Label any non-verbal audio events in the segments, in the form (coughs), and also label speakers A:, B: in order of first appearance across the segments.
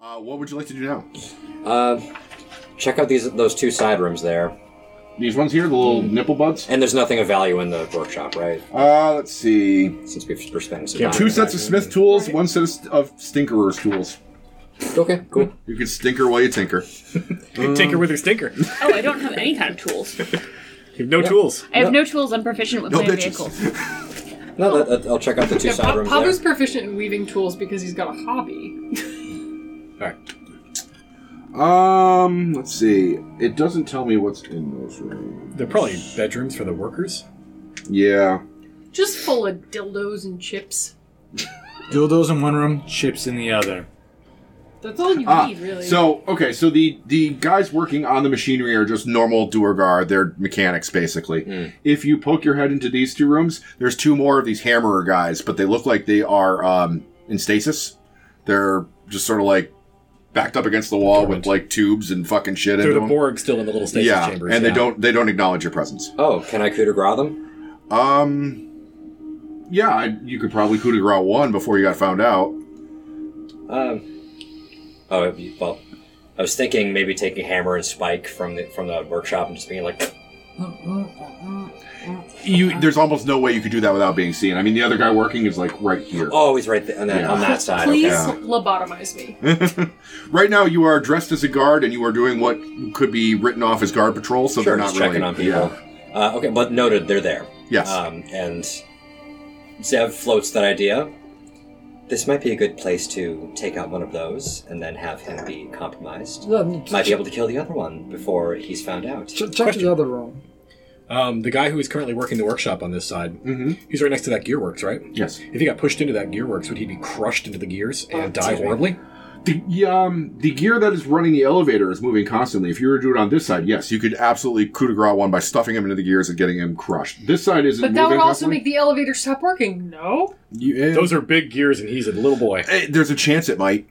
A: what would you like to do now?
B: Uh, check out these those two side rooms there.
A: These ones here, the little nipple buds.
B: And there's nothing of value in the workshop, right?
A: Uh, let's see.
B: Since we've just spent some
C: Yeah,
B: time.
A: Two sets of Smith tools, one set of, st- of Stinkerer's tools.
B: Okay, cool.
A: You can stinker while you tinker.
C: (laughs) Tinker with her stinker.
D: Oh, I don't have any kind of tools.
C: You have no tools.
D: I have no tools. I'm proficient with
A: No
D: my
A: bitches.
D: vehicles.
B: No, that, that- I'll check out the two
E: Yeah,
B: side
E: pa-
B: rooms
E: Pablo's
B: there.
E: proficient in weaving tools because he's got a hobby.
B: All right.
A: (laughs) Um, let's see. It doesn't tell me what's in those rooms.
C: They're probably bedrooms for the workers.
A: Yeah.
E: Just full of dildos and chips.
F: Dildos in one room, chips in the other.
E: That's all you
A: Ah,
E: need, really.
A: so okay, so the the guys working on the machinery are just normal Duergar. They're mechanics basically. If you poke your head into these two rooms, there's two more of these hammerer guys, but they look like they are um, in stasis. They're just sort of like backed up against the wall with like tubes and fucking shit
C: They're
A: into
C: the
A: them.
C: Borg still in the little station
A: yeah,
C: chambers.
A: and they don't they don't acknowledge your presence.
B: Oh, can I coup de grace them?
A: Um, yeah, I, you could probably coup de grace one before you got found out.
B: Um, oh, it'd be- well, I was thinking maybe taking hammer and spike from the from the workshop and just being like, (laughs)
A: You there's almost no way you could do that without being seen. I mean, the other guy working is like right here.
B: oh, he's right there on that,
A: Yeah.
B: on
E: (laughs)
B: that side.
E: Please
B: Okay.
E: lobotomize me.
A: Right now, you are dressed as a guard, and you are doing what could be written off as guard patrol, so
B: Sure,
A: they're not
B: just
A: really
B: checking on people.
A: Yeah.
B: Uh, okay, but noted, they're there.
A: Yes.
B: Um, and Zev floats that idea. This might be a good place to take out one of those and then have him be compromised. Might be able to kill the other one before he's found out.
G: Ch- check the other room.
C: Um, the guy who is currently working the workshop on this side,
A: Mhm.
C: he's right next to that gearworks, right?
A: Yes.
C: If he got pushed into that gearworks, would he be crushed into the gears and die
B: excuse me.
C: horribly?
A: The um the gear that is running the elevator is moving constantly. If you were to do it on this side, yes, you could absolutely coup de grace one by stuffing him into the gears and getting him crushed. This side isn't.
E: But that would also make the elevator stop working, no?
C: Those are big gears, and he's a little boy.
A: eh, there's a chance it might.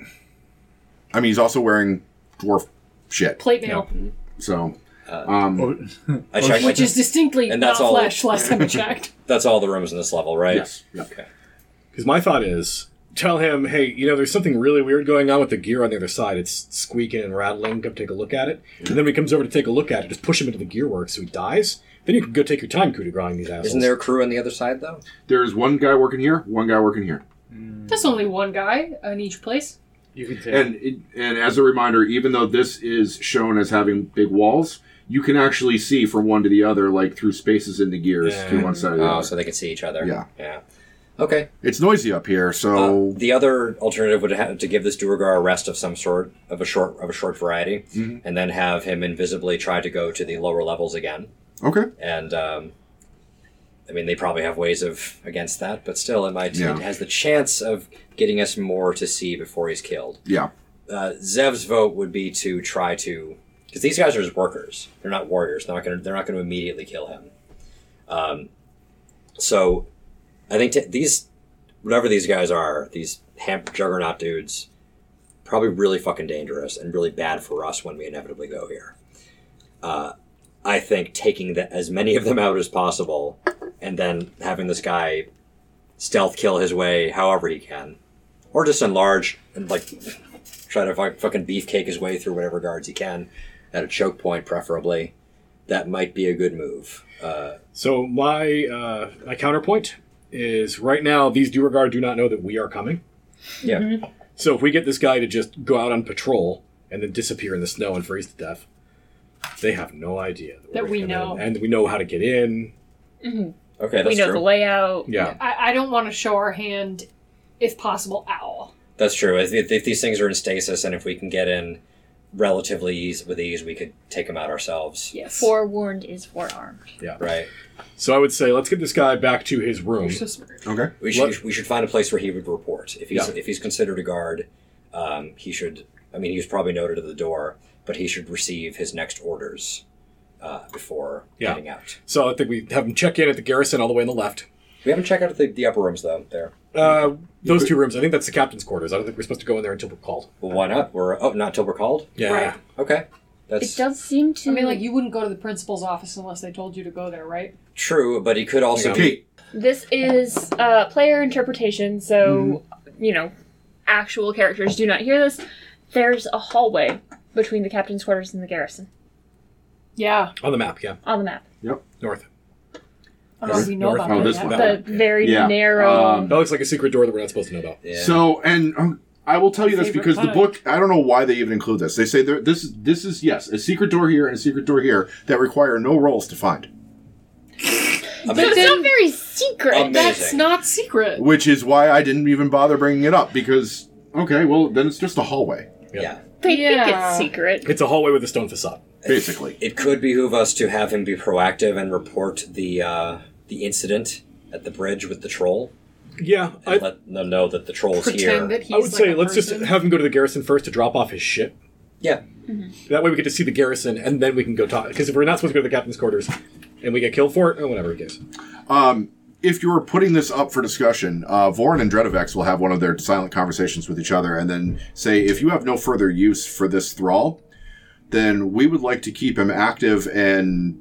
A: I mean, he's also wearing dwarf shit,
E: Plate mail.
A: so. Um,
B: I checked,
E: Which is distinctly
B: And
E: not
B: that's all- (laughs)
E: flesh (laughs) last time I checked.
B: that's all the rooms in this level, right?
A: yes. Yeah.
B: Okay.
C: Because my thought is, tell him, hey, you know, there's something really weird going on with the gear on the other side. It's squeaking and rattling. Come take a look at it. And then when he comes over to take a look at it, just push him into the gearworks so he dies. Then you can go take your time coup de graceing these assholes.
B: Isn't there a crew on the other side though?
A: There's one guy working here, one guy working here.
E: There's only one guy in each place.
F: You can take.
A: And it, and as a reminder, even though this is shown as having big walls, you can actually see from one to the other, like through spaces in the gears
C: Yeah.
A: to one side or the
B: Oh,
A: other.
B: so they can see each other.
A: Yeah.
B: Yeah. Okay.
A: It's noisy up here, so
B: Uh, the other alternative would have to give this Duergar a rest of some sort, of a short of a short variety,
A: Mm-hmm.
B: and then have him invisibly try to go to the lower levels again.
A: okay.
B: And um, I mean, they probably have ways of against that, but still, it might
A: Yeah.
B: it has the chance of getting us more to see before he's killed.
A: Yeah,
B: Uh, Zev's vote would be to try to because these guys are his workers; they're not warriors. They're not going to they're not going to immediately kill him. Um, so I think t- these whatever these guys are, these ham juggernaut dudes, probably really fucking dangerous and really bad for us when we inevitably go here. Uh, I think taking the, as many of them out as possible, and then having this guy stealth kill his way however he can, or just enlarge and like try to fuck, fucking beefcake his way through whatever guards he can at a choke point, preferably. That might be a good move. Uh,
C: So my uh, my counterpoint is right now these Duergar do not know that we are coming.
B: yeah.
D: Mm-hmm.
C: So if we get this guy to just go out on patrol and then disappear in the snow and freeze to death, they have no idea we're
E: That
C: gonna
E: we
C: come
E: know.
C: in. and we know how to get in.
B: Okay, that's
D: we know
B: true.
D: the layout.
C: Yeah,
E: I, I don't want to show our hand, if possible, owl.
B: That's true. If, if, if these things are in stasis and if we can get in relatively easy, with ease, we could take them out ourselves.
E: Yes.
D: Forewarned is forearmed.
C: yeah.
B: Right.
C: So I would say let's get this guy back to his room.
E: You're so smart.
A: okay.
B: We should we should find a place where he would report if he's
C: Yeah.
B: if he's considered a guard. Um, he should. I mean, he was probably noted at the door, but he should receive his next orders uh, before
C: Yeah.
B: getting out.
C: So I think we have him check in at the garrison all the way on the left.
B: We haven't checked out the, the upper rooms though. There.
C: Uh, those two rooms. I think that's the captain's quarters. I don't think we're supposed to go in there until we're called.
B: Well, why not? We're oh, not till we're called.
C: Yeah.
E: Right.
B: Okay,
D: It
B: that's
D: does seem to
E: I mean, like, you wouldn't go to the principal's office unless they told you to go there, right?
B: true, but he could also
C: Yeah.
B: be.
A: Pete,
D: This is uh, player interpretation, so you know, actual characters do not hear this. There's a hallway between the captain's quarters and the garrison
E: Yeah.
C: On the map, yeah.
D: on the map.
C: North.
E: I don't know if you know
C: North-
E: about
A: oh,
E: that
A: this
E: yet.
C: one.
D: The very
A: Yeah.
D: narrow.
A: Um,
C: That looks like a secret door that we're not supposed to know about.
B: Yeah.
A: So, and um, I will tell you this
E: Favorite
A: because the
E: kind.
A: book, I don't know why they even include this. They say there, this is this is yes, a secret door here and a secret door here that require no rolls to find,
D: so it's
B: Amazing.
D: not very secret.
B: Amazing.
E: That's not secret.
A: which is why I didn't even bother bringing it up because okay, well then it's just a hallway
B: yeah.
D: They think
E: Yeah.
D: it's secret.
C: It's a hallway with a stone facade.
A: basically.
B: It could behoove us to have him be proactive and report the uh, the incident at the bridge with the troll
C: Yeah,
B: and
C: I,
B: let them know that the troll's here.
E: Pretend that he's
C: I would
E: like
C: say
E: a
C: let's
E: person.
C: just have him go to the garrison first to drop off his ship.
B: yeah.
C: That way we get to see the garrison, and then we can go talk. Because if we're not supposed to go to the captain's quarters, and we get killed for it, or whatever it is.
A: if you were putting this up for discussion, uh, Vorin and Dredovex will have one of their silent conversations with each other and then say, if you have no further use for this thrall, then we would like to keep him active and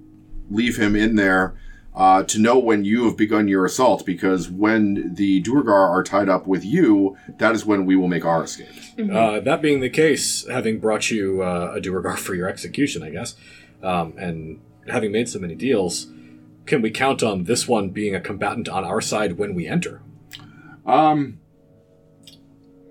A: leave him in there uh, to know when you have begun your assault, because when the Durgar are tied up with you, that is when we will make our escape.
E: Mm-hmm.
C: Uh, that being the case, having brought you uh, a duergar for your execution, I guess, um, and having made so many deals, can we count on this one being a combatant on our side when we enter?
A: Um,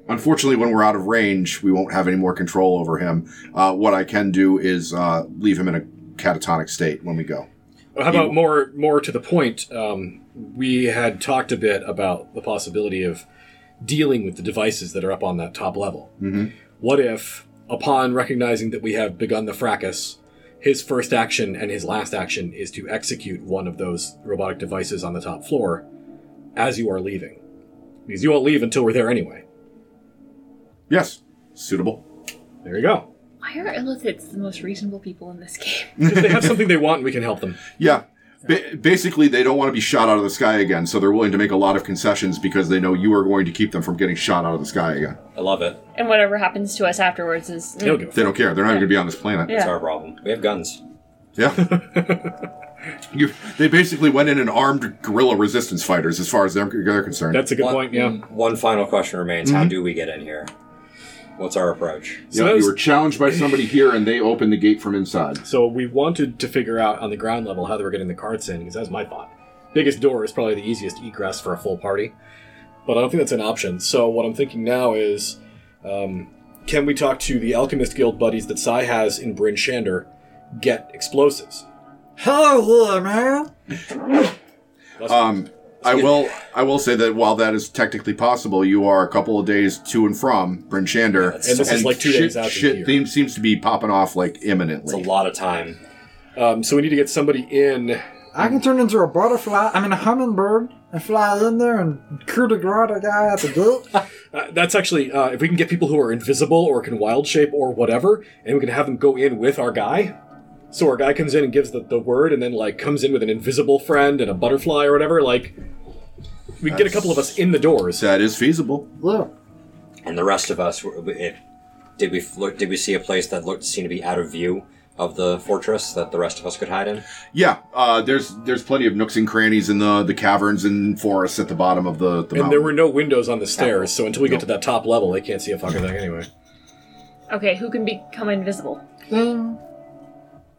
A: unfortunately, when we're out of range, we won't have any more control over him. Uh, what I can do is uh, leave him in a catatonic state when we go.
C: Or How about more more to the point? Um, we had talked a bit about the possibility of dealing with the devices that are up on that top level.
A: Mhm.
C: What if, upon recognizing that we have begun the fracas, his first action and his last action is to execute one of those robotic devices on the top floor as you are leaving? Because you won't leave until we're there anyway.
A: Yes, suitable.
C: There you go.
D: Why are Illithids the most reasonable people in this game?
C: 'Cause
A: (laughs)
C: they have something they want, and we can help them.
A: Yeah. Ba- basically, they don't want to be shot out of the sky again, so they're willing to make a lot of concessions because they know you are going to keep them from getting shot out of the sky again.
B: I love it.
D: And whatever happens to us afterwards is.
C: They don't give a
A: They don't care. They're not even going to be on this planet.
B: That's
D: Yeah.
B: our problem. We have guns.
A: Yeah. (laughs) you, they basically went in and armed guerrilla resistance fighters, as far as they're, they're concerned.
C: That's a good
B: One-
C: point. Yeah.
A: mm,
C: Mm-hmm.
B: One final question remains: How do we get in here? What's our approach?
A: Yeah,
C: So
A: you were challenged by somebody here, and they opened the gate from inside.
C: So we wanted to figure out on the ground level how they were getting the carts in, because that was my thought. Biggest door is probably the easiest egress for a full party, but I don't think that's an option. So what I'm thinking now is, um, can we talk to the alchemist guild buddies that Sai has in Bryn Shander, get explosives?
F: Hello there, man.
A: Um, I will. I will say that while that is technically possible, you are a couple of days to and from Bryn Shander,
B: And this
C: is like two
A: shit,
C: days out of
A: Shit
C: here.
A: theme seems to be popping off like
B: It's a
A: imminently.
B: lot of time.
C: Um, so we need to get somebody in.
F: I can turn into a butterfly. I mean, a hummingbird, and fly in there and coup de grace the guy at the gate.
C: Uh, that's actually uh, if we can get people who are invisible or can wild shape or whatever, and we can have them go in with our guy. So our guy comes in and gives the, the word, and then like comes in with an invisible friend and a butterfly or whatever. Like we can get a couple of us in the doors.
A: That is feasible.
F: Look,
B: And the rest of us, w- w- it, did we f- look, did we see a place that looked seemed to be out of view of the fortress that the rest of us could hide in?
A: Yeah, uh, there's there's plenty of nooks and crannies in the the caverns and forests at the bottom of the. the
C: And
A: mountain. (laughs)
C: there were no windows on the stairs, so until we get to that top level, they can't see a fucking thing anyway.
D: Okay, who can become invisible?
F: ding.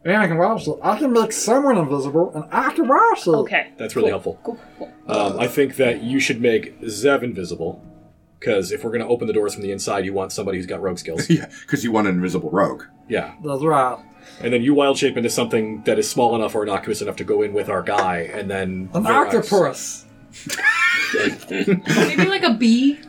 F: And I can watch it. I can make someone invisible, and I can watch it.
D: Okay.
C: That's really helpful.
D: Cool, cool, cool.
C: Um, I think that you should make Zev invisible, because if we're gonna open the doors from the inside, you want somebody who's got
A: (laughs)
C: rogue skills.
A: yeah, because you want an invisible rogue.
C: yeah.
F: That's right.
C: And then you wild shape into something that is small enough or innocuous enough to go in with our guy, and then
F: An
C: their eyes-
F: octopus.
E: Maybe like a bee.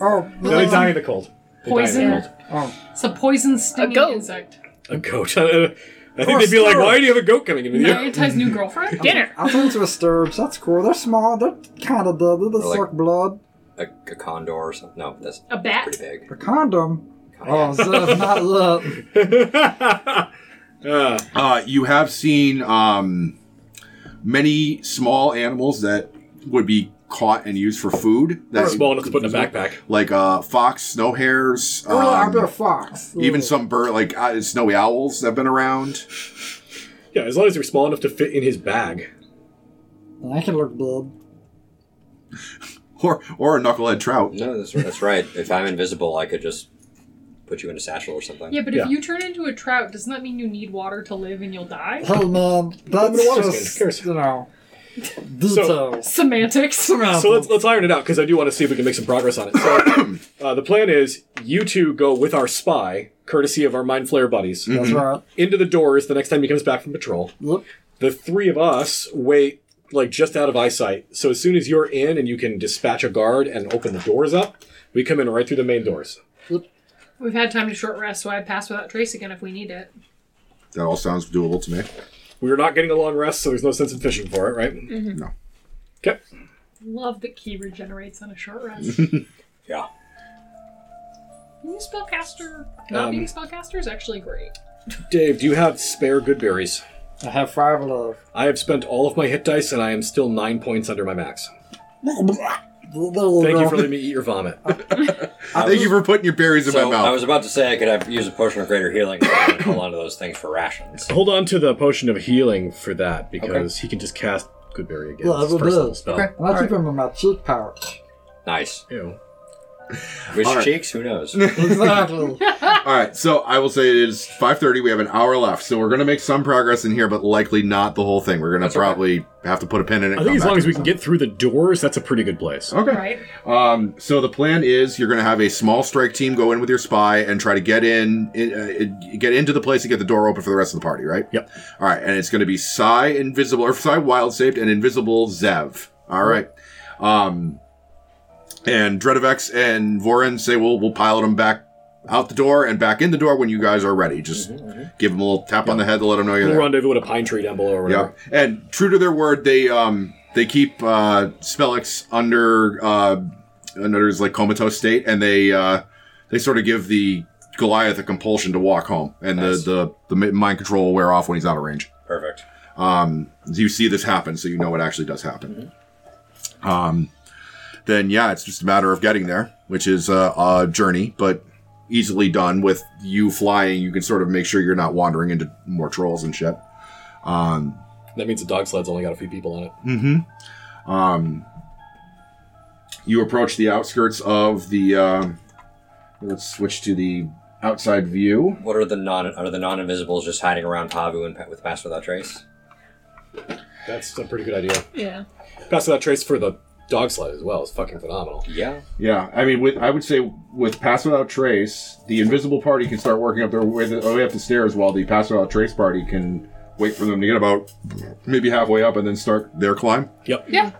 F: Oh,
C: No, they
F: um,
C: die in the cold. They die in the
E: Poison.
C: cold.
F: oh.
E: It's a poison stinging
D: goat.
E: insect.
C: A goat. (laughs) I think
F: Or a
C: they'd be like,
F: squirrel.
C: "Why do you have a goat coming in with you?"
E: Magnetized new girlfriend?
D: (laughs) Dinner!
F: I turn into a sturge. That's cool. They're small. They're kind of deadly. They
B: like-
F: suck blood.
B: A, a condor or something? No, that's
E: A bat?
B: pretty big.
F: The condom. Oh, Zev, not
C: Um, (laughs)
F: yet.
C: Uh,
A: Uh, you have seen um, many small animals that would be caught and used for food. That's
C: small enough to put in a backpack.
A: Like uh, fox, snow hares.
F: Oh, yeah,
A: um,
F: I'm a fox.
A: Even
F: Yeah.
A: some bird, like uh, snowy owls, have been around. (laughs)
C: Yeah, as long as you're small enough to fit in his bag.
F: And I can look dead.
A: Or, or a knucklehead trout.
B: No, that's, that's right. If I'm invisible, I could just put you in a satchel or something.
E: Yeah, but
C: Yeah.
E: if you turn into a trout, doesn't that mean you need water to live and you'll die?
F: Hey, man,
C: I'm in
F: that's
C: a water skin, who cares?
F: just, you know, details.
E: Semantics. (laughs)
F: Oh,
C: So let's let's iron it out because I do want to see if we can make some progress on it.
A: (coughs)
C: So uh, the plan is you two go with our spy, courtesy of our mind flare buddies,
A: Mm.
F: That's right.
C: into the doors the next time he comes back from patrol.
F: Yep.
C: The three of us wait like just out of eyesight. So as soon as you're in and you can dispatch a guard and open the doors up, we come in right through the main doors.
E: We've had time to short rest, so I pass without trace again if we need it.
A: That all sounds doable to me.
C: We're not getting a long rest, so there's no sense in fishing for it, right?
A: No.
C: Okay.
E: Love that key regenerates on a
C: (laughs)
E: short rest.
B: Yeah.
E: Being a spellcaster, not
C: Um,
E: being a spellcaster is actually great.
C: Dave, do you have spare good berries?
F: I have five love.
C: I have spent all of my hit dice and I am still nine points under my max. Thank
F: Thank
C: you for letting me eat your vomit.
A: Thank you for putting your berries in
B: So
A: my mouth.
B: I was about to say I could have use a potion of greater healing and hold on to those things for rations.
C: Hold on to the potion of healing for that because he can just cast Goodberry again.
F: Yeah, I
C: It's his
F: will
C: first
F: do.
C: level spell.
B: Okay.
F: And I keep them in my cheek pouch.
B: Nice.
C: Ew.
B: Which
A: All right.
B: cheeks?
A: (laughs)
B: Who knows?
C: (laughs)
F: Exactly.
A: All right, so I will say it is 5:30. We have an hour left, so we're going to make some progress in here, but likely not the whole thing. We're going to probably have to put a pin in it.
C: I think as long as we can get through the doors, that's a pretty good place.
A: Okay.
E: Right?
A: Um, so the plan is you're going to have a small strike team go in with your spy and try to get in, in uh, get into the place and get the door open for the rest of the party, right?
C: Yep.
A: All right, and it's going to be Psy Invisible or Psy Wild Saved and Invisible Zev. All right. Um, and Dredovex and Vorin say we'll we'll pilot them back out the door and back in the door when you guys are ready. Just give them a little tap on the head to let them know you're
C: Mm-hmm, We'll
A: there.
C: rendezvous at a pine tree down below or
A: Yeah,
C: whatever.
A: and true to their word, they um they keep uh, Spellix under uh, under his like comatose state, and they uh, they sort of give the Goliath a compulsion to walk home, and
B: Nice.
A: the, the the mind control will wear off when he's out of range.
B: Perfect.
A: Um, you see this happen, so you know it actually does happen. Um, then yeah, it's just a matter of getting there, which is a, a journey, but easily done with you flying. You can sort of make sure you're not wandering into more trolls and shit. Um,
C: That means the dog sled's only got a few people on it.
A: Mm-hmm. Um, you approach the outskirts of the. um let's switch to the outside view.
B: What are the non are the non invisibles just hiding around Pavu and Pa- with Pass Without Trace?
C: That's a pretty good idea.
D: Yeah.
C: Pass without trace for the dog sled as well. It's fucking phenomenal.
B: Yeah.
A: Yeah, I mean, with I would say with pass without trace, the invisible party can start working up their way, the, way up the stairs, while the pass without trace party can wait for them to get about maybe halfway up and then start their climb.
C: Yep.
E: Yeah.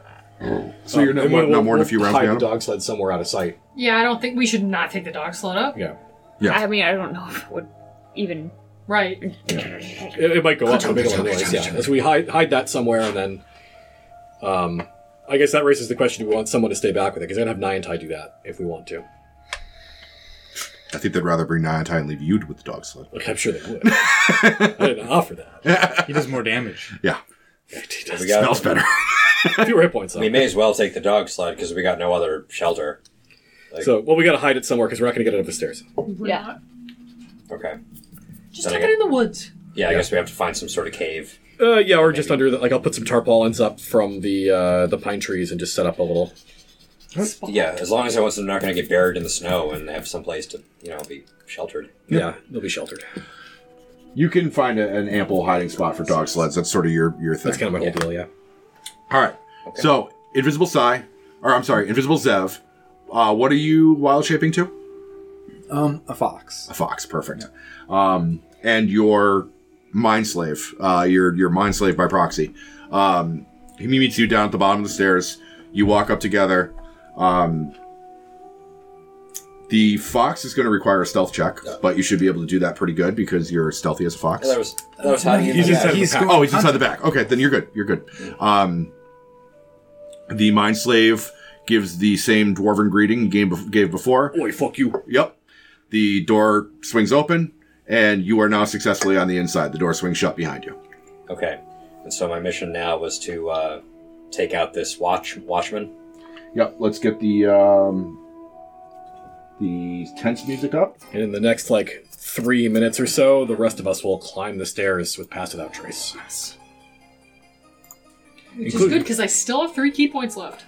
A: So you're not,
C: Um, And
A: more-
C: we'll-
A: not more than
C: we'll
A: a few rounds
C: Hide the
A: behind them.
C: dog sled somewhere out of sight.
E: Yeah, I don't think we should not take the dog sled up.
C: Yeah.
A: Yeah.
D: I mean, I don't know if it would even.
E: Right.
C: It, it might go up. It'll make a lot of noise. Yeah. So we hide hide that somewhere, and then, um, I guess that raises the question: Do we want someone to stay back with it? Because I'm gonna have Niantai do that if we want to.
A: I think they'd rather bring Niantai and leave you with the dog sled.
C: Like I'm sure
A: (laughs)
C: they would. I didn't offer that.
G: He does more damage.
C: (laughs)
A: Yeah,
C: It does.
B: We got
A: smells better.
C: (laughs) Fewer hit points though.
B: We may as well take the dog sled because we got no other shelter. like-
C: so well, we got to hide it somewhere because we're not gonna get it up the stairs.
E: We're
D: Yeah.
E: not-
B: Okay.
E: Just
B: Then I
E: tuck
B: get-
E: it in the woods.
B: Yeah, I guess we have to find some sort of cave.
C: Uh, yeah, or just under the, like I'll put some tarpaulins up from the uh, the pine trees and just set up a little.
B: Yeah, as long as I wasn't not going to get buried in the snow and have someplace to you know be sheltered.
C: Yeah, they'll be sheltered.
A: You can find a, an ample hiding spot for dog sleds. That's sort of your your thing.
C: That's kind of my whole
B: Yeah.
C: deal. Yeah.
A: All right. So, Invisible Psy, or I'm sorry, Invisible Zev. Uh, what are you wild shaping to?
F: Um, a fox.
A: A fox, perfect. Um, and your mind slave, uh, your your mind slave by proxy. Um, he meets you down at the bottom of the stairs. You walk up together. Um, the fox is going to require a stealth check, but you should be able to do that pretty good because you're stealthy as a fox.
B: I thought it was I thought it was hiding in
G: He's
B: the
G: just
B: bag.
G: he's going
A: Oh, he's inside the back. Okay, then you're good. You're good. Um, the mind slave gives the same dwarven greeting he gave, gave before.
C: Boy, fuck you.
A: Yep. The door swings open, and you are now successfully on the inside. The door swings shut behind you.
B: Okay, and so my mission now was to uh, take out this watch watchman.
A: Yep. Let's get the um, the tense music up.
C: And in the next like three minutes or so, the rest of us will climb the stairs with Pass Without Trace.
E: Which is
C: Including-
E: good because I still have three key points left.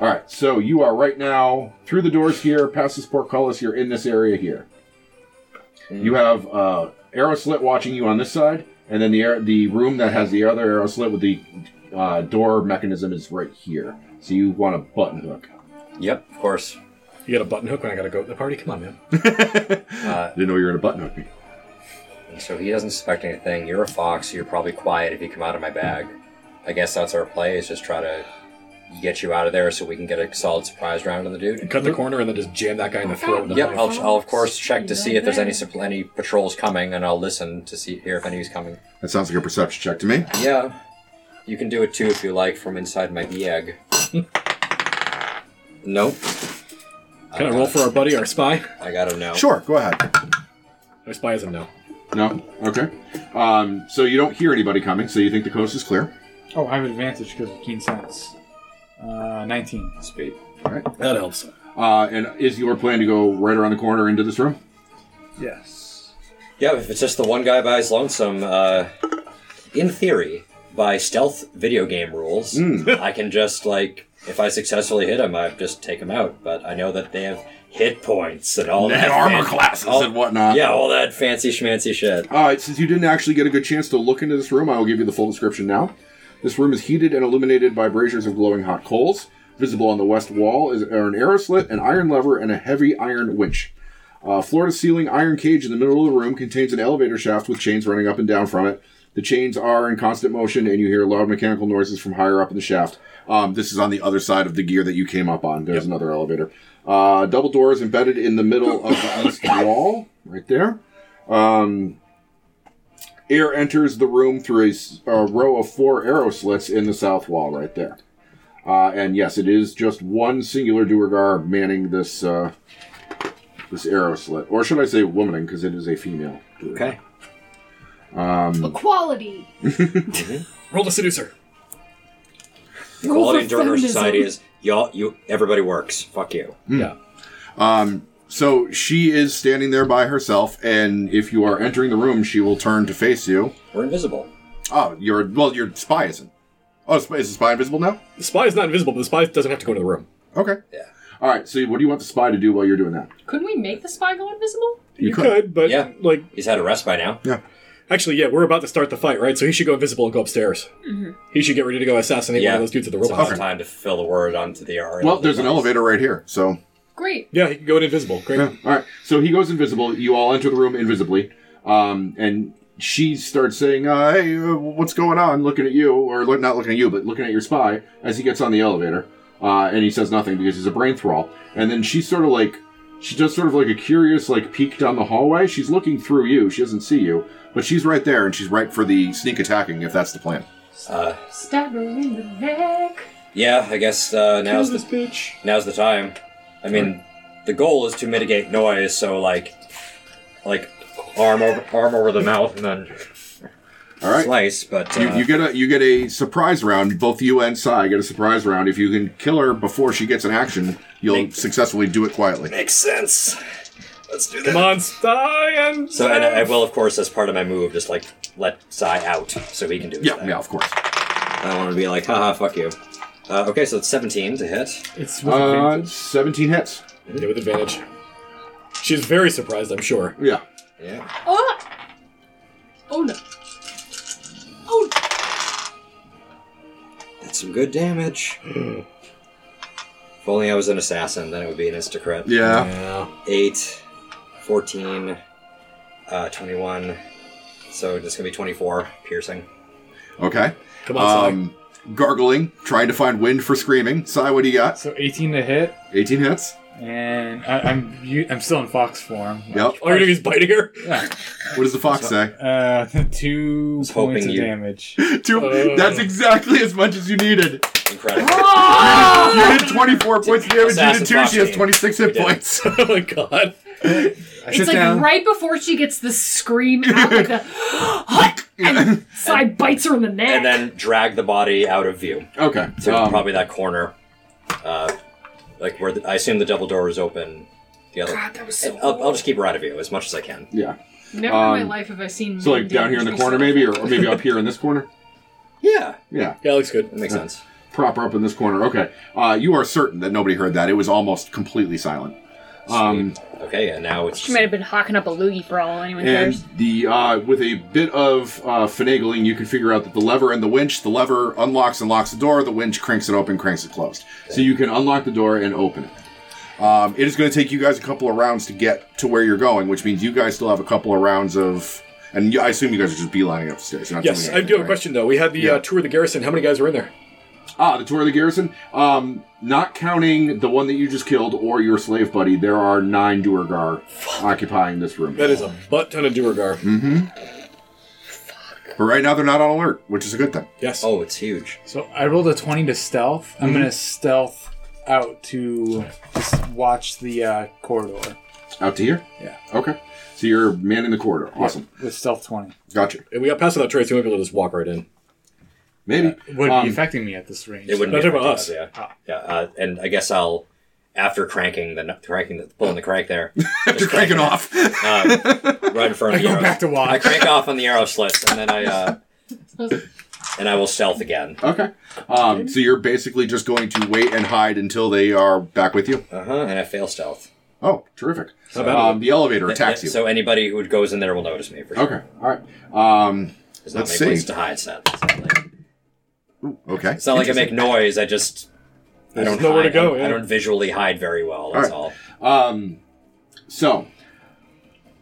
A: All right. So you are right now through the doors here, past this portcullis. You're in this area here. You have uh, arrow slit watching you on this side, and then the air, the room that has the other arrow slit with the uh, door mechanism is right here. So you want a button hook. (laughs)
B: Yep, of course.
C: You got a button hook when I gotta go to the party? Come on, man.
B: Uh,
A: Didn't know you were gonna button hook me.
B: so he doesn't suspect anything. You're a fox. You're probably quiet if you come out of my bag. I guess that's our play is just try to get you out of there so we can get a solid surprise round on the dude.
C: Cut the corner and then just jam that guy in the throat. with a
B: Yep,
C: knife.
B: I'll, I'll of course check to see if there's any
E: Yeah.
B: supp- any patrols coming, and I'll listen to see hear if any's coming.
A: That sounds like a perception check to me.
B: Yeah, you can do it too if you like from inside my egg. (laughs) nope,
C: Can I roll for our buddy, our spy?
B: I got a no.
A: Sure, go ahead.
C: Our spy is a no.
A: No, okay. Um, so you don't hear anybody coming, so you think the coast is clear.
F: Oh, I have advantage because of keen sense. Uh, 19.
B: Speed.
C: That helps.
A: Uh, and is your plan to go right around the corner into this room?
F: Yes.
B: Yeah, if it's just the one guy by his lonesome, uh, in theory, by stealth video game rules, (laughs) I can just like if I successfully hit him, I just take him out. But I know that they have hit points and all that
A: And armor
B: fan-
A: classes
B: all-
A: and whatnot.
B: Yeah, all that fancy schmancy shit.
A: Uh, since you didn't actually get a good chance to look into this room, I will give you the full description now. This room is heated and illuminated by braziers of glowing hot coals. Visible on the west wall is are an arrow slit, an iron lever, and a heavy iron winch. A floor to ceiling iron cage in the middle of the room contains an elevator shaft with chains running up and down from it. The chains are in constant motion, and you hear loud mechanical noises from higher up in the shaft. Um, this is on the other side of the gear that you came up on. There's another elevator. Uh, double doors embedded in the middle of the east wall, right there. Um, Air enters the room through a, s- a row of four arrow slits in the south wall, right there. Uh, and yes, it is just one singular Duergar manning this uh, this arrow slit, or should I say, womaning, because it is a female. Duergar.
B: Okay.
E: Equality.
C: Roll the seducer.
B: Quality Endurance
E: feminism.
B: Society is y'all. You everybody works. Fuck you.
C: Yeah.
A: So she is standing there by herself, and if you are entering the room, she will turn to face you.
B: We're invisible.
A: Oh, your well, your spy isn't. Oh, sp- is the spy invisible now?
C: The spy is not invisible, but the spy doesn't have to go to the room.
A: Okay.
B: Yeah.
A: All right. So what do you want the spy to do while you're doing that?
E: Couldn't we make the spy go invisible?
A: You
C: You,
A: could.
C: could. but
B: Yeah.
C: like,
B: He's had a rest by now.
C: actually, yeah, we're about to start the fight, right? So he should go invisible and go upstairs. He should get ready to go assassinate
B: Yeah.
C: one of those dudes at the
B: It's
C: robot.
B: about time to fill the word onto the R.
A: Well, there's an elevator right here, so
E: Great.
C: Yeah, he can go in invisible. Great.
A: Yeah. All right. So he goes invisible. You all enter the room invisibly, um, and she starts saying, uh, "Hey, uh, what's going on?" Looking at you, or look, not looking at you, but looking at your spy as he gets on the elevator, uh, and he says nothing because he's a brain thrall. And then she sort of like she does sort of like a curious like peek down the hallway. She's looking through you. She doesn't see you, but she's right there, and she's right for the sneak attacking if that's the plan.
B: Uh,
E: Stab her in the neck.
B: yeah, I guess uh,
C: Kill
B: now's
C: this
B: the
C: bitch.
B: now's the time. I mean, the goal is to mitigate noise, so like, like arm over arm over the mouth and then
A: All right.
B: slice. But uh,
A: You, you get a you get a surprise round. Both you and Sai get a surprise round. If you can kill her before she gets an action, you'll successfully do it quietly.
B: makes sense. Let's do
C: Come
B: that.
C: on, spy and
B: So and I will, of course, as part of my move, just like let Psy out so he can do. his
A: Yeah,
B: thing.
A: yeah, of course.
B: I want to be like, haha, fuck you. Uh, okay, so it's 17 to hit.
F: It's with
A: Uh,
F: advantage.
A: seventeen hits.
C: Yeah, with advantage. She's very surprised, I'm sure.
A: Yeah.
B: Yeah.
E: Oh!
B: (laughs)
E: Oh no. Oh no.
B: That's some good damage. if only I was an assassin, then it would be an instacrit.
A: Yeah.
C: Yeah.
B: 8, 14, uh, 21. So it's going to be 24 piercing.
A: Okay.
C: Come on,
A: Um, gargling, trying to find wind for screaming. Sai, what do you got?
F: So 18 to hit,
A: Eighteen hits.
F: and I, I'm u- I'm still in fox form.
A: Yep.
C: All you're doing is biting her? (laughs)
F: Yeah.
A: What does the fox say?
G: (laughs)
F: Uh, two
B: was hoping
F: points of
B: you-
F: damage.
A: (laughs) Two.
C: Uh.
A: that's exactly as much as you needed.
B: Incredible.
C: Ah!
A: You (laughs)
B: Oh!
A: did twenty-four points of damage. You
B: Assassin
A: did two.
B: fox
A: She has
B: game.
A: twenty-six hit
B: did.
A: points. (laughs)
C: oh my god.
F: I
E: It's
F: sit
E: like
F: down.
E: right before she gets the scream out, like (gasps) the hut, and Sai bites her in the neck.
B: and then drag the body out of view
A: Okay.
B: to
A: um,
B: probably that corner. Uh, like where the, I assume the double door is open. The other.
E: God, that was so.
B: And I'll, I'll just keep her out of view as much as I can.
A: yeah.
E: Never in
A: um,
E: my life have I seen.
A: So like
E: more
A: down here in the
E: damage
A: corner,
E: myself.
A: maybe, or, or maybe up here in this corner.
B: Yeah,
A: Yeah.
C: Yeah, looks good.
B: that makes sense.
A: Proper up in this corner. Okay. Uh, you are certain that nobody heard that. It was almost completely silent. Um,
B: Okay, and now it's
D: She might have been hawking up a loogie for all anyone
A: and
D: cares.
A: the uh, with a bit of uh, finagling, you can figure out that the lever and the winch, the lever unlocks and locks the door, the winch cranks it open, cranks it closed. So you can unlock the door and open it. Um, it is going to take you guys a couple of rounds to get to where you're going, which means you guys still have a couple of rounds of. And you, I assume you guys are just beelining up the stairs. you're not
C: Yes,
A: doing
C: I do have
A: anything,
C: a
A: right?
C: question though. We had the
A: Yeah.
C: uh, tour of the garrison. How many guys were in there?
A: Ah, the tour of the garrison. Um, not counting the one that you just killed or your slave buddy, there are nine Duergar occupying this room.
C: That is a butt ton of Duergar.
A: mm. But right now they're not on alert, which is a good thing.
C: Yes.
B: oh, it's huge.
G: So I rolled a 20 to stealth. I'm going to stealth out to just watch the uh, corridor
A: Out to here?
G: Yeah.
A: Okay. So you're manning the corridor. Awesome.
G: with stealth 20.
A: Gotcha.
C: If we got past without trace, we might be able to just walk right in.
A: Maybe.
G: It would
A: Um,
G: be affecting me at this range.
B: It wouldn't
C: No,
B: be
C: talking about
B: affecting us, Yeah, yeah. Uh, and I guess I'll after cranking the cranking the pulling the crank there.
A: (laughs) After cranking off. (laughs)
B: um, right in front
G: I
B: of the
G: go
B: arrow.
G: back to
B: I
G: watch.
B: crank off on the arrow slits, and then I uh, and I will stealth again.
A: okay. Um, so you're basically just going to wait and hide until they are back with you.
B: Uh huh. And I fail stealth.
A: Oh, terrific.
C: How about
A: Um, the elevator attacks you.
B: So anybody who goes in there will notice me. For sure.
A: Okay. All right. Um,
B: There's not
A: Let's
B: many
A: see.
B: places to hide. It's not, it's not like,
A: okay.
B: it's not like I make noise. I just I
C: There's
B: don't
C: nowhere to
B: hide.
C: go,
B: I,
C: yeah.
B: I don't visually hide very well. That's all.
A: All Um, so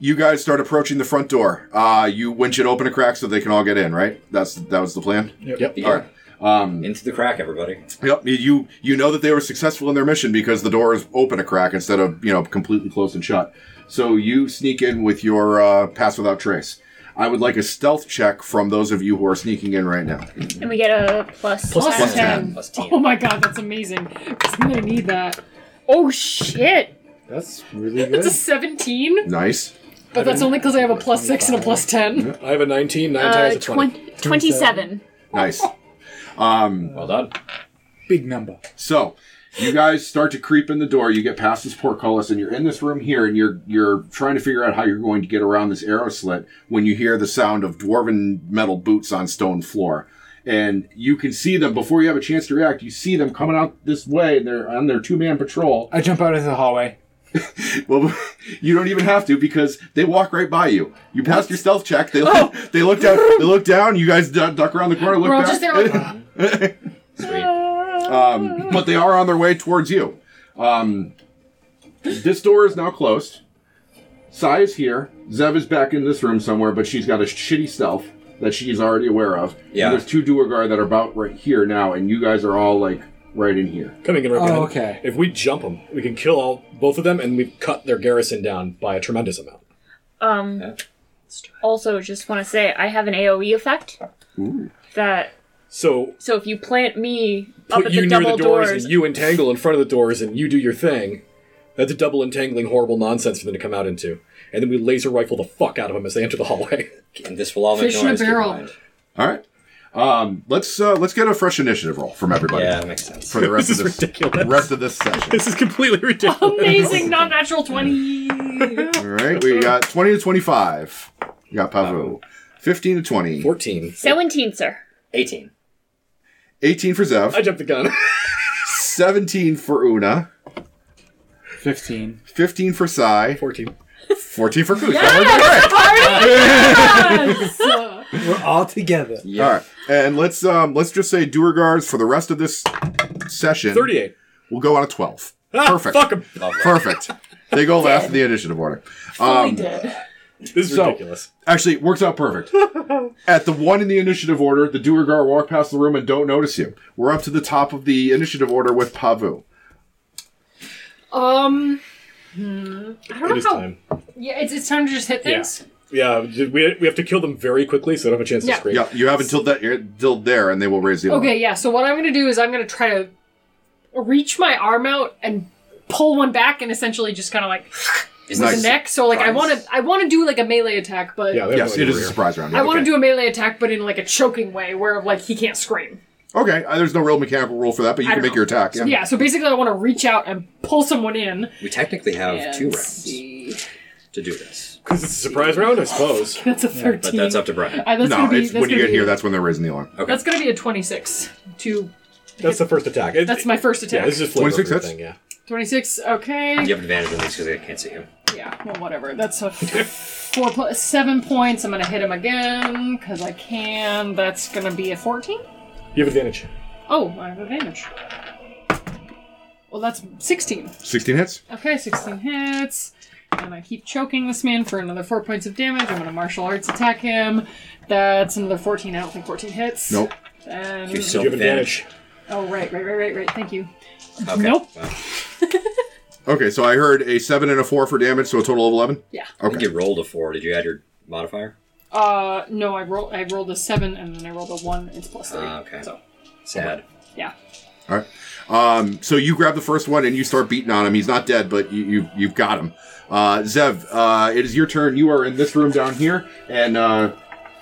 A: you guys start approaching the front door. Uh, you winch it open a crack so they can all get in. Right? That's that was the plan.
B: Yeah.
A: All right. Um,
B: Into the crack, everybody.
A: yep. You you know that they were successful in their mission because the door is open a crack instead of you know completely closed and shut. So you sneak in with your uh, pass without trace. I would like a stealth check from those of you who are sneaking in right now.
D: and we get a plus, (laughs)
E: Plus
A: plus 10.
B: Plus ten.
E: (laughs) Oh my god, that's amazing. 'Cause I'm gonna need that.
D: Oh shit!
G: That's really
E: That's a
G: good.
E: 17,
A: Nice.
E: but that's only because I have a plus 6 and a plus 10.
C: I have a 19, 9
D: Uh,
C: times a 20.
D: twen- 27.
A: Nice.
H: (laughs)
A: Um,
B: Well done.
G: Big number.
A: So you guys start to creep in the door. You get past this portcullis, and you're in this room here, and you're you're trying to figure out how you're going to get around this arrow slit when you hear the sound of dwarven metal boots on stone floor. And you can see them before you have a chance to react. You see them coming out this way, and they're on their two man patrol.
G: I jump out into the hallway.
A: Well, (laughs) you don't even have to because they walk right by you. You pass your stealth check. They look, they look down. They look down. You guys du- duck around the corner. Look
E: Oh. We're all
A: back.
E: just there like, "Oh."
B: Sweet.
A: (laughs) Um, but they are on their way towards you. Um, this door is now closed. Sai is here. Zev is back in this room somewhere, but she's got a shitty stealth that she's already aware of. And
B: Yeah.
A: there's two Duergar that are about right here now, and you guys are all like right in here.
C: Coming in right
G: Oh,
C: behind.
G: okay.
C: If we jump them, we can kill all both of them, and we've cut their garrison down by a tremendous amount.
D: Um,
B: Yeah.
D: also, just want to say I have an AOE effect. That
C: So
D: so if you plant me up
C: put
D: at
C: you
D: the
C: near
D: double
C: the doors,
D: doors,
C: and you entangle in front of the doors and you do your thing. That's a double entangling, horrible nonsense for them to come out into. And then we laser rifle the fuck out of them as they enter the hallway. (laughs)
B: And this will all make
E: Fish in a
B: noise. keep
E: barrel.
B: in mind.
A: All right. Um, let's uh, let's get a fresh initiative roll from everybody
B: Yeah, that makes sense.
C: (laughs)
A: for the rest
C: This
A: of
C: is
A: this
C: ridiculous.
A: rest of this session.
C: This is completely ridiculous.
E: amazing, non natural 20.
A: All right, we got twenty to twenty-five. We got
C: Um,
A: Pavu. Fifteen to twenty.
C: 14.
D: 17, sir.
B: 18.
A: Eighteen for
C: I
A: Zev.
C: jumped the gun. (laughs)
A: Seventeen for Una.
G: 15.
A: 15 for Sai,
C: 14.
A: 14 for Kush.
F: We're all together.
B: Yeah.
A: All right. And let's um let's just say Duergars for the rest of this session
C: 38.
A: will go on a 12.
C: Ah,
A: Perfect.
C: Fuck 'em.
B: Lovely.
A: Perfect. They
C: (laughs)
A: go last in the initiative order.
E: Fully
A: Um,
E: dead.
C: This is
A: So-
C: ridiculous.
A: actually, it works out perfect. At the one in the initiative order, the Duergar walk past the room and don't notice you. We're up to the top of the initiative order with Pavu.
E: Um. hmm, I don't
C: It
E: know
C: is
E: how.
C: time.
E: Yeah, it's, it's time to just hit
C: Yeah.
E: things.
C: Yeah, we, we have to kill them very quickly so they don't have a chance to
E: Yeah.
C: scream.
A: Yeah, you have until that until there, and they will raise the alarm.
E: Okay, yeah. So what I'm gonna do is I'm gonna try to reach my arm out and pull one back, and essentially just kind of like
B: Is
A: Nice.
E: the neck. So like I
B: Nice.
E: want to I want to do like a melee attack, but
C: Yeah, they have
A: Yes, it
C: no idea
A: is a
C: we're
A: surprise round.
E: I
A: yeah.
E: want to
A: Okay.
E: do a melee attack, but in like a choking way, where like he can't scream.
A: Okay, uh, there's no real mechanical rule for that, but you
E: I
A: can
E: don't
A: make your attack.
E: So, yeah. So basically, I want to reach out and pull someone in.
B: We technically have two
E: and
B: rounds
E: see.
B: to do this,
C: Because it's a surprise round, I
A: (laughs)
C: suppose.
E: That's a thirteen.
B: but that's up to Brian.
E: Uh, that's
A: No,
E: gonna be,
A: it's
E: that's
A: when you
E: gonna
A: get
E: be-
A: here, that's when they're raising the alarm.
E: that's gonna be a twenty-six. To
C: That's the first attack. It-
E: that's my first
C: Yeah,
E: attack.
C: this is just flavor
A: 26
C: for your
A: hits?
C: thing, yeah.
E: 26, okay.
B: You have advantage on these because I can't see him.
E: Yeah, well, whatever. That's a (laughs) four plus seven points. I'm gonna hit him again because I can. That's gonna be a 14.
C: You have advantage.
E: Oh, I have advantage. Well, that's 16.
A: 16 hits.
E: Okay, 16 hits. And I keep choking this man for another four points of damage. I'm gonna martial arts attack him. That's another 14. I don't think 14 hits.
A: Nope.
E: Then-
B: Mm. You still
C: You have
B: have
C: advantage.
B: advantage.
E: oh, right, right, right, right, right. Thank you.
B: Okay.
E: Nope.
B: Well,
A: Okay, so I heard a seven and a four for damage, so a total of eleven.
E: Yeah.
B: I think you rolled a four. Did you add your modifier?
E: Uh, no, I rolled. I rolled a seven, and then I rolled a one. It's plus three.
A: Uh,
B: Ah, okay.
E: So,
B: Sad.
E: yeah.
A: All right. Um, so you grab the first one and you start beating on him. He's not dead, but you, you you've got him. Uh, Zev, uh, it is your turn. You are in this room down here, and uh,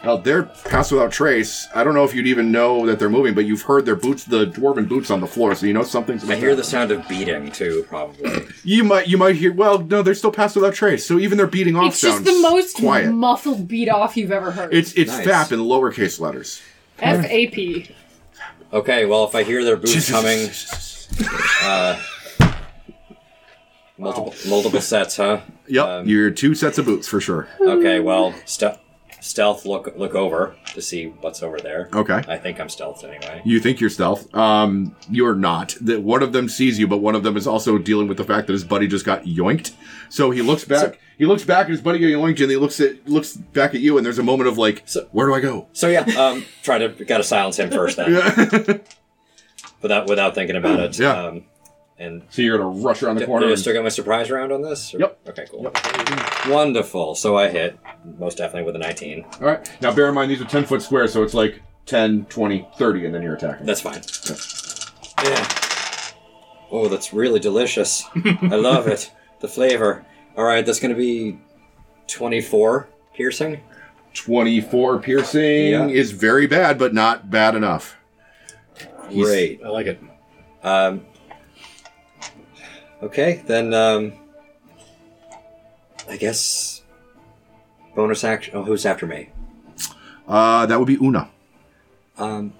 A: out there, pass without trace. I don't know if you'd even know that they're moving, but you've heard their boots, the dwarven boots, on the floor, so you know something's.
B: I hear the sound of beating too, probably.
A: You might you might hear. Well, no, they're still pass without trace, so even their beating off
E: It's just
A: sounds
E: the most
A: quiet.
E: muffled beat off you've ever heard.
A: it's it's
B: Nice.
A: fap in lowercase letters.
E: F A P.
B: okay. Well, if I hear their boots coming, (laughs) uh, multiple multiple sets, huh?
A: Yep, you're two sets of boots for sure.
B: Okay. Well, ste- stealth. Look look over to see what's over there.
A: Okay.
B: I think I'm stealthed anyway.
A: You think you're stealth. Um, you're not. That one of them sees you, but one of them is also dealing with the fact that his buddy just got yoinked. So he looks back. he looks back at his buddy getting yoinked, and he looks at looks back at you, and there's a moment of like,
B: So-
A: where do I go?
B: So yeah, um,
A: (laughs)
B: try to gotta silence him first then, (laughs) without without thinking about it.
A: Yeah.
B: Um, and
A: So you're gonna rush around the
B: Did-
A: corner.
B: Did I
A: and-
B: still get my surprise round on this? or-
A: Yep.
B: Okay, cool. Wonderful. So I hit, most definitely with a 19.
A: All right. Now bear in mind these are 10 foot squares, so it's like 10, 20, 30, and then you're attacking.
B: That's fine. Yeah. Oh, that's
A: (laughs)
B: really delicious. I love it. The flavor. All right, that's going to be 24 piercing.
A: 24 piercing
B: Yeah.
A: is very bad, but not bad enough.
B: Great.
C: I like it.
B: Um, okay, then um, I guess bonus action. Oh, who's after me?
A: Uh, that would be Una.
B: Um,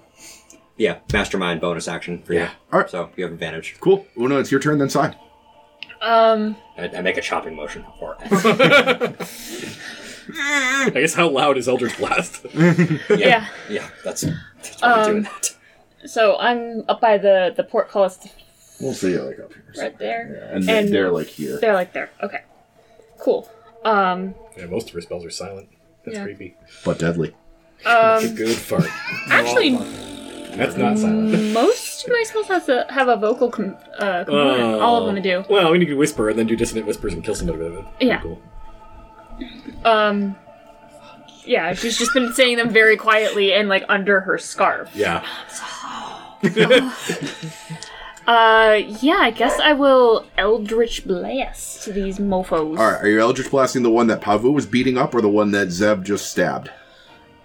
B: yeah, mastermind bonus action for you.
A: All right.
B: So you have advantage.
A: Cool. Una, it's your turn then, Sai.
D: Um,
B: I, I make a chopping motion for (laughs)
C: I guess how loud is Eldritch Blast?
A: (laughs)
D: yeah.
B: yeah, that's, that's why I'm doing that.
D: So I'm up by the the portcullis
A: We'll see you like up here.
D: right there.
A: And, then
D: And-
A: they're like here.
D: They're like there. Okay. Cool. Um,
C: yeah, most of her spells are silent. That's
D: Yeah. Um,
C: creepy.
A: But deadly.
C: It's a good fart.
D: actually,
C: That's not silent.
D: most of my spells have a have a vocal com- uh, component. All of them do.
C: Well, we need to whisper and then do dissonant whispers and kill somebody with it. Pretty
D: Yeah.
C: Cool.
D: Um, yeah, she's just been saying them very quietly and like under her scarf.
C: Yeah.
D: Uh, yeah, I guess I will Eldritch Blast to these mofos.
A: All right, are you Eldritch Blasting the one that Pavu was beating up or the one that Zev just stabbed?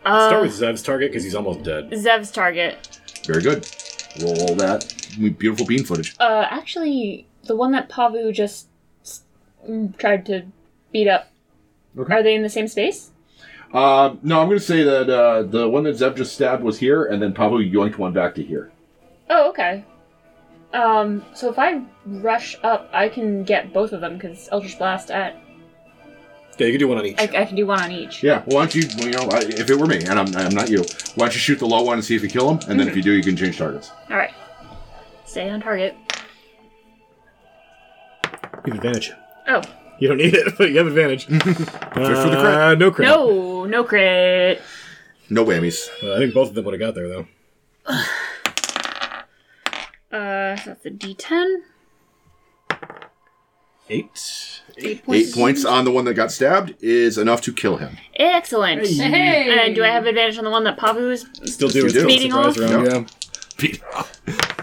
C: Start with Zev's target because he's almost dead.
D: Um, Zev's target.
A: Very good. Roll that beautiful bean footage.
D: Uh, actually, the one that Pavu just s- mm, tried to beat up.
A: Okay.
D: Are they in the same space?
A: Uh, no, I'm going to say that uh, the one that Zev just stabbed was here, and then Pavu yoinked one back to here.
D: Oh, okay. Um, so if I rush up, I can get both of them because Eldritch Blast at
C: Yeah, you can do one on each.
D: I, I can do one on each.
A: Yeah, why don't you, you know, I- if it were me, and I'm, I'm not you, why don't you shoot the low one and see if you kill him, and then if you do, you can change targets.
D: All right. Stay on target.
C: You have advantage.
D: Oh
C: You don't need it, but you have
A: (laughs)
C: advantage. Good
A: for the crit.
C: No crit.
D: no, no crit.
A: No whammies.
C: Uh, I think both of them would have got there though.
D: Uh, so that's a D10.
C: Eight.
D: Eight
A: Eight points on the one that got stabbed is enough to kill him.
D: Excellent.
E: Hey.
D: And do I have advantage on the one that Pavu is?
C: Still do.
A: You
C: It's
A: do.
C: still a
D: Beating
C: surprise
D: off?
C: round.
A: Yeah.
C: Yeah.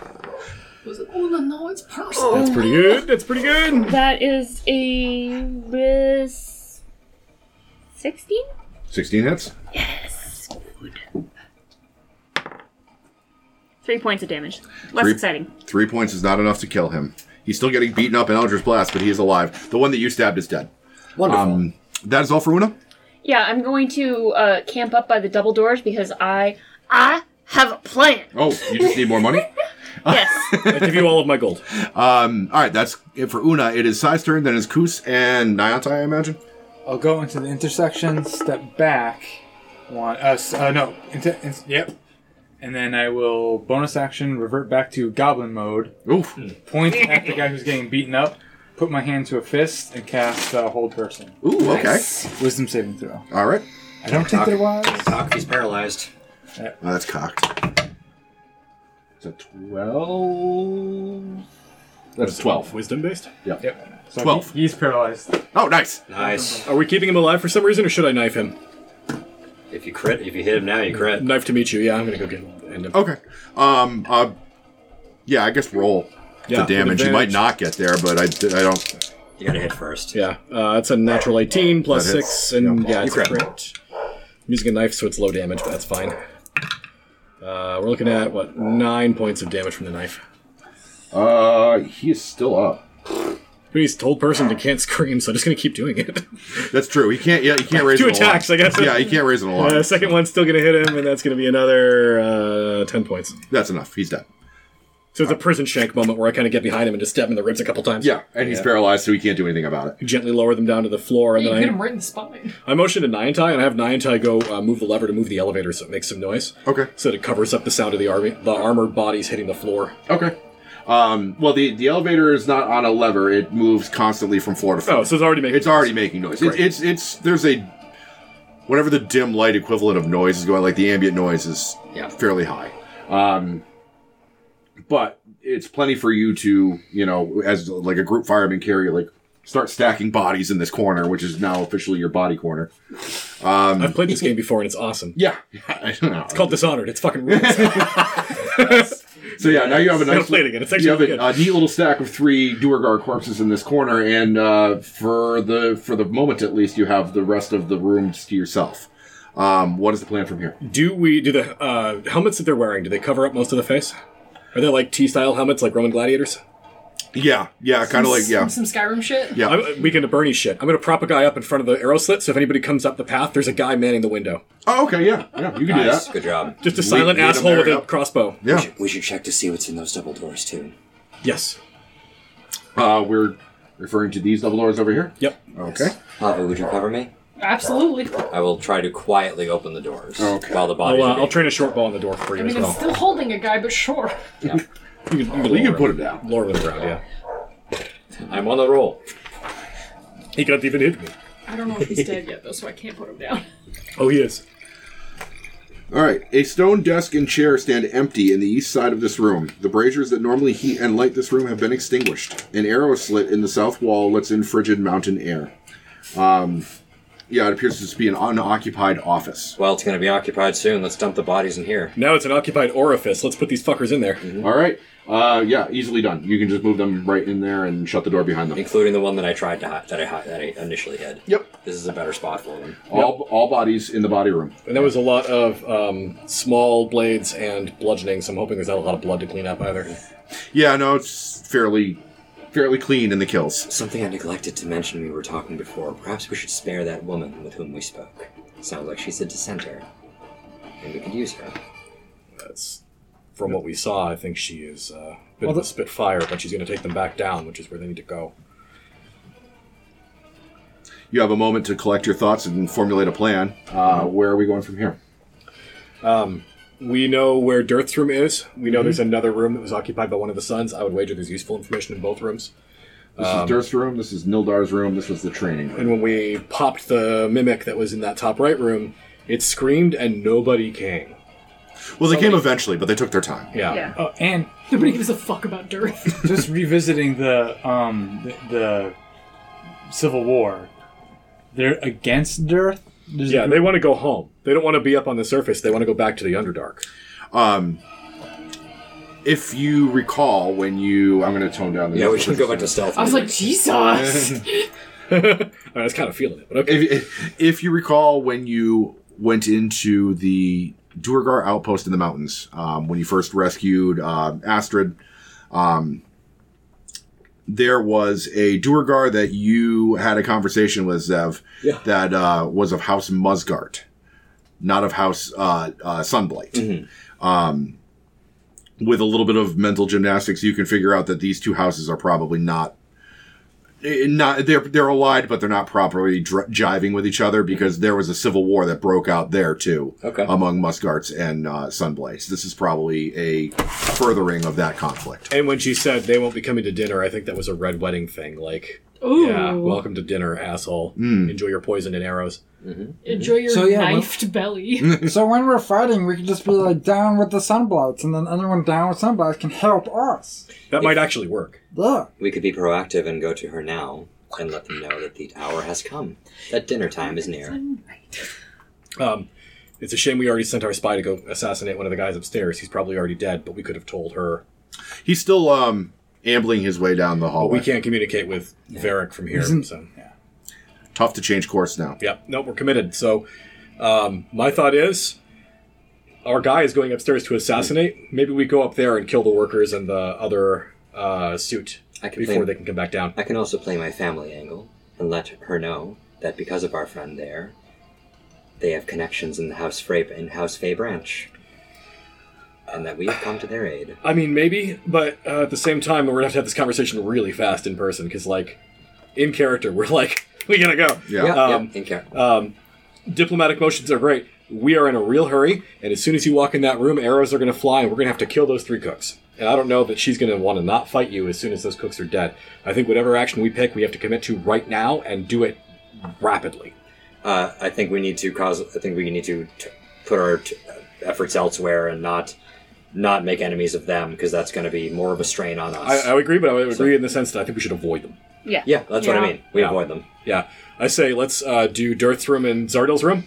E: Was it? Oh no, no, it's person.
C: That's pretty good. That's pretty good.
D: That is a uh, sixteen.
A: 16 hits.
D: Three points of damage. Less
A: Three-
D: exciting.
A: Three points is not enough to kill him. He's still getting beaten up in Eldritch Blast, but he is alive. The one that you stabbed is dead.
B: Wonderful.
A: Um, that is all for Una.
D: Yeah, I'm going to uh, camp up by the double doors because I I have a plan.
A: (laughs) Oh, you just need more money?
D: Yes.
C: I give you all of my gold.
H: Um, all right, that's it for Una. It is Sai's turn, then it's Kus and Niantai, I imagine.
G: I'll go into the intersection, step back, one, uh, s- uh no, into, in, yep, and then I will bonus action revert back to goblin mode,
H: Oof.
G: point at the guy who's getting beaten up, put my hand to a fist, and cast uh, hold person.
H: Ooh, okay.
G: Wisdom saving throw.
H: All right.
G: I don't think there was.
B: Doc, he's paralyzed.
H: Oh, that's cocked. It's a 12. That's 12.
C: Wisdom based.
G: Yep. So
H: Twelve.
G: he- he's paralyzed.
H: Oh, nice.
B: Nice.
C: Are we keeping him alive for some reason, or should I knife him?
B: If you crit, if you hit him now, you crit.
C: Knife to meet you. Yeah, I'm gonna go get him. And,
H: Okay. Um, uh, yeah, I guess roll
C: Yeah,
H: the
C: with
H: damage. You might
C: advantage.
H: not get there, but I, I don't.
B: You gotta hit first.
C: Yeah, uh, it's a natural 18 plus
H: That hits.
C: six, and yeah, it's a
B: crit.
C: crit. I'm using a knife, so it's low damage, but that's fine. Uh, we're looking at what nine points of damage from the knife.
H: Uh, he is still up.
C: But he's a told person that can't (laughs) scream, so I'm just gonna keep doing it. (laughs)
H: That's true. He can't. Yeah, he can't raise
C: Two
H: an alarm.
C: attacks, I guess.
H: Yeah, he can't raise an
C: (laughs)
H: alarm.
C: Uh, second one's still gonna hit him, and that's gonna be another uh, ten points.
H: That's enough. He's dead.
C: So it's a prison shank moment where I kind of get behind him and just stab him in the ribs a couple times.
H: Yeah, and he's paralyzed, so he can't do anything about it.
C: Gently lower them down to the floor, and
E: You hit
C: then I
E: him right in the spine.
C: I motion to Niantai, and I have Niantai go uh, move the lever to move the elevator so it makes some noise.
H: Okay.
C: So that it covers up the sound of the army, the armored bodies hitting the floor.
H: Okay. Um, well, the, the elevator is not on a lever; it moves constantly from floor to floor.
C: Oh, so it's already making.
H: it's already making noise. It, it's it's there's a whatever the dim light equivalent of noise is going, like the ambient noise is
B: Yeah.
H: fairly high. Um, but it's plenty for you to you know, as like a group fireman carry, like start stacking bodies in this corner, which is now officially your body corner.
C: I've played this game before and it's awesome.
H: (laughs) Yeah, it's
C: It's called Dishonored. It's fucking rules. (laughs)
H: So yeah, now you have a
C: Gotta
H: nice.
C: play it again. It's actually
H: you have a,
C: good.
H: a neat little stack of three Duergar corpses in this corner, and uh, for the for the moment at least, you have the rest of the room to yourself. Um, what is the plan from here?
C: do we do the uh, helmets that they're wearing? Do they cover up most of the face? Are they like T-style helmets, like Roman gladiators?
H: Yeah, yeah, kind of like yeah,
E: Some, some Skyrim shit.
H: yeah.
C: I'm, uh, we can Bernie shit. I'm gonna prop a guy up in front of the arrow slit, so if anybody comes up the path, there's a guy manning the window.
H: oh, okay, yeah, yeah. You can do
B: Nice.
H: that.
B: Good job.
C: Just a
H: Lead-
C: silent
H: lead 'em
C: asshole with
H: there,
C: a
H: yep.
C: crossbow.
B: We
H: Yeah,
B: should, we should check to see what's in those double doors too.
C: Yes.
H: uh, we're referring to these double doors over here.
C: Yep.
H: Okay.
B: Hava, would you cover me?
E: Absolutely.
B: I will try to quietly open the doors
H: Okay.
B: while the bodies
C: I'll, uh,
B: are
C: I'll
B: being-
C: train a short ball on the door for you
E: I mean,
C: as
E: I'm
C: well.
E: still holding a guy, but sure.
C: You can,
H: We can put it down.
C: Lower with the ground, yeah.
B: I'm on the roll.
C: He could even hit me.
E: I don't know if he's dead yet, though, so I can't put him down. (laughs)
C: Oh, he is.
H: All right. A stone desk and chair stand empty in the east side of this room. The braziers that normally heat and light this room have been extinguished. An arrow slit in the south wall lets in frigid mountain air. Um, yeah, it appears to just be an unoccupied office.
B: Well, it's gonna be occupied soon. Let's dump the bodies in here.
C: Now it's an occupied orifice. Let's put these fuckers in there.
H: All right. Uh, yeah, easily done. You can just move them right in there and shut the door behind them.
B: including the one that I tried to hi- that I hi- that I initially hid.
H: Yep.
B: This is a better spot for them.
H: All, all bodies in the body room.
C: And there was a lot of um, small blades and bludgeoning, so I'm hoping there's not a lot of blood to clean up either.
H: Yeah, no, it's fairly, fairly clean in the kills.
B: Something I neglected to mention we were talking before. Perhaps we should spare that woman with whom we spoke. Sounds like she's a dissenter, and we could use her.
C: That's from what we saw. I think she is uh, a bit
G: Well,
C: of a
G: the-
C: spitfire, but she's going to take them back down, which is where they need to go.
H: You have a moment to collect your thoughts and formulate a plan. Uh, where are we going from here?
C: We know where Dearth's room is. We know
G: Mhm.
C: there's another room that was occupied by one of the sons. I would wager there's useful information in both rooms.
H: This is Durst's room. This is Nildar's room. This was the training room.
C: And when we popped the mimic that was in that top right room, it screamed and nobody came.
H: Well, they came eventually, but they took their time.
C: Yeah.
D: Yeah.
G: Oh, and
E: Nobody gives a fuck about Dearth.
G: just (laughs) revisiting the um the, the Civil War. They're against Dearth. There's a
C: Yeah,
G: group-
C: they want to go home. They don't want to be up on the surface. They want to go back to the Underdark.
H: Um, if you recall, when you, I'm going to tone down the.
B: Yeah, we should go back to stealth.
E: I was like, Jesus!
C: I was kind of feeling it, but okay.
H: If, if, if you recall, when you went into the Durgar outpost in the mountains, um, when you first rescued um, Astrid, um, there was a Durgar that you had a conversation with Zev
C: Yeah.
H: that uh, was of House
C: Mm-hmm.
H: Musgart, not of House uh, uh, Sunblight. Um,
A: with a little bit of mental gymnastics, you can figure out that these two houses are probably not eh, not they're they're allied, but they're not properly dr- jiving with each other because there was a civil war that broke out there too
B: Okay.
A: among Musgarts and uh, Sunblades. This is probably a furthering of that conflict.
C: And when she said they won't be coming to dinner, I think that was a red wedding thing. Like,
E: Ooh.
C: yeah, welcome to dinner, asshole. Enjoy your poison and arrows.
E: Enjoy your
F: So, yeah, well-
E: knifed belly.
F: So when we're fighting, we can just be like down with the sunblights, and then anyone down with sunblights can help us.
C: That might actually work.
F: Yeah.
B: We could be proactive and go to her now and let them know that the hour has come, that dinner time is near.
C: Um, it's a shame we already sent our spy to go assassinate one of the guys upstairs. He's probably already dead, but we could have told her.
A: He's still um ambling his way down the
H: Oh,
C: But
A: hallway.
C: we can't communicate with Varric from here.
F: Isn't-
C: So,
A: Tough to change course now.
C: yeah, no, we're committed. So, um, my thought is, our guy is going upstairs to assassinate. Maybe we go up there and kill the workers and the other uh, suit
B: I can,
C: before
B: play,
C: they can come back down.
B: I can also play my family angle and let her know that because of our friend there, they have connections in the House Frey in House Fey branch, and that we have come to their
C: (laughs)
B: aid.
C: I mean, maybe, but uh, at the same time, we're gonna have to have this conversation really fast in person because, like, in character, we're like, (laughs) we gotta go.
A: Yeah.
B: Yeah,
C: Um,
B: yeah, in care.
C: Um, diplomatic motions are great. We are in a real hurry, and as soon as you walk in that room, arrows are gonna fly, and we're gonna have to kill those three cooks. And I don't know that she's gonna want to not fight you as soon as those cooks are dead. I think whatever action we pick, we have to commit to right now and do it rapidly.
B: Uh, I think we need to cause. I think we need to t- put our t- efforts elsewhere and not not make enemies of them because that's going to be more of a strain on us.
C: I, I would agree, but I would agree in the sense that I think we should avoid them.
D: Yeah.
B: yeah, that's what I
E: Yeah.
B: mean. We
C: Yeah.
B: avoid them.
C: Yeah, I say let's uh, do Dearth's room and Zardel's room.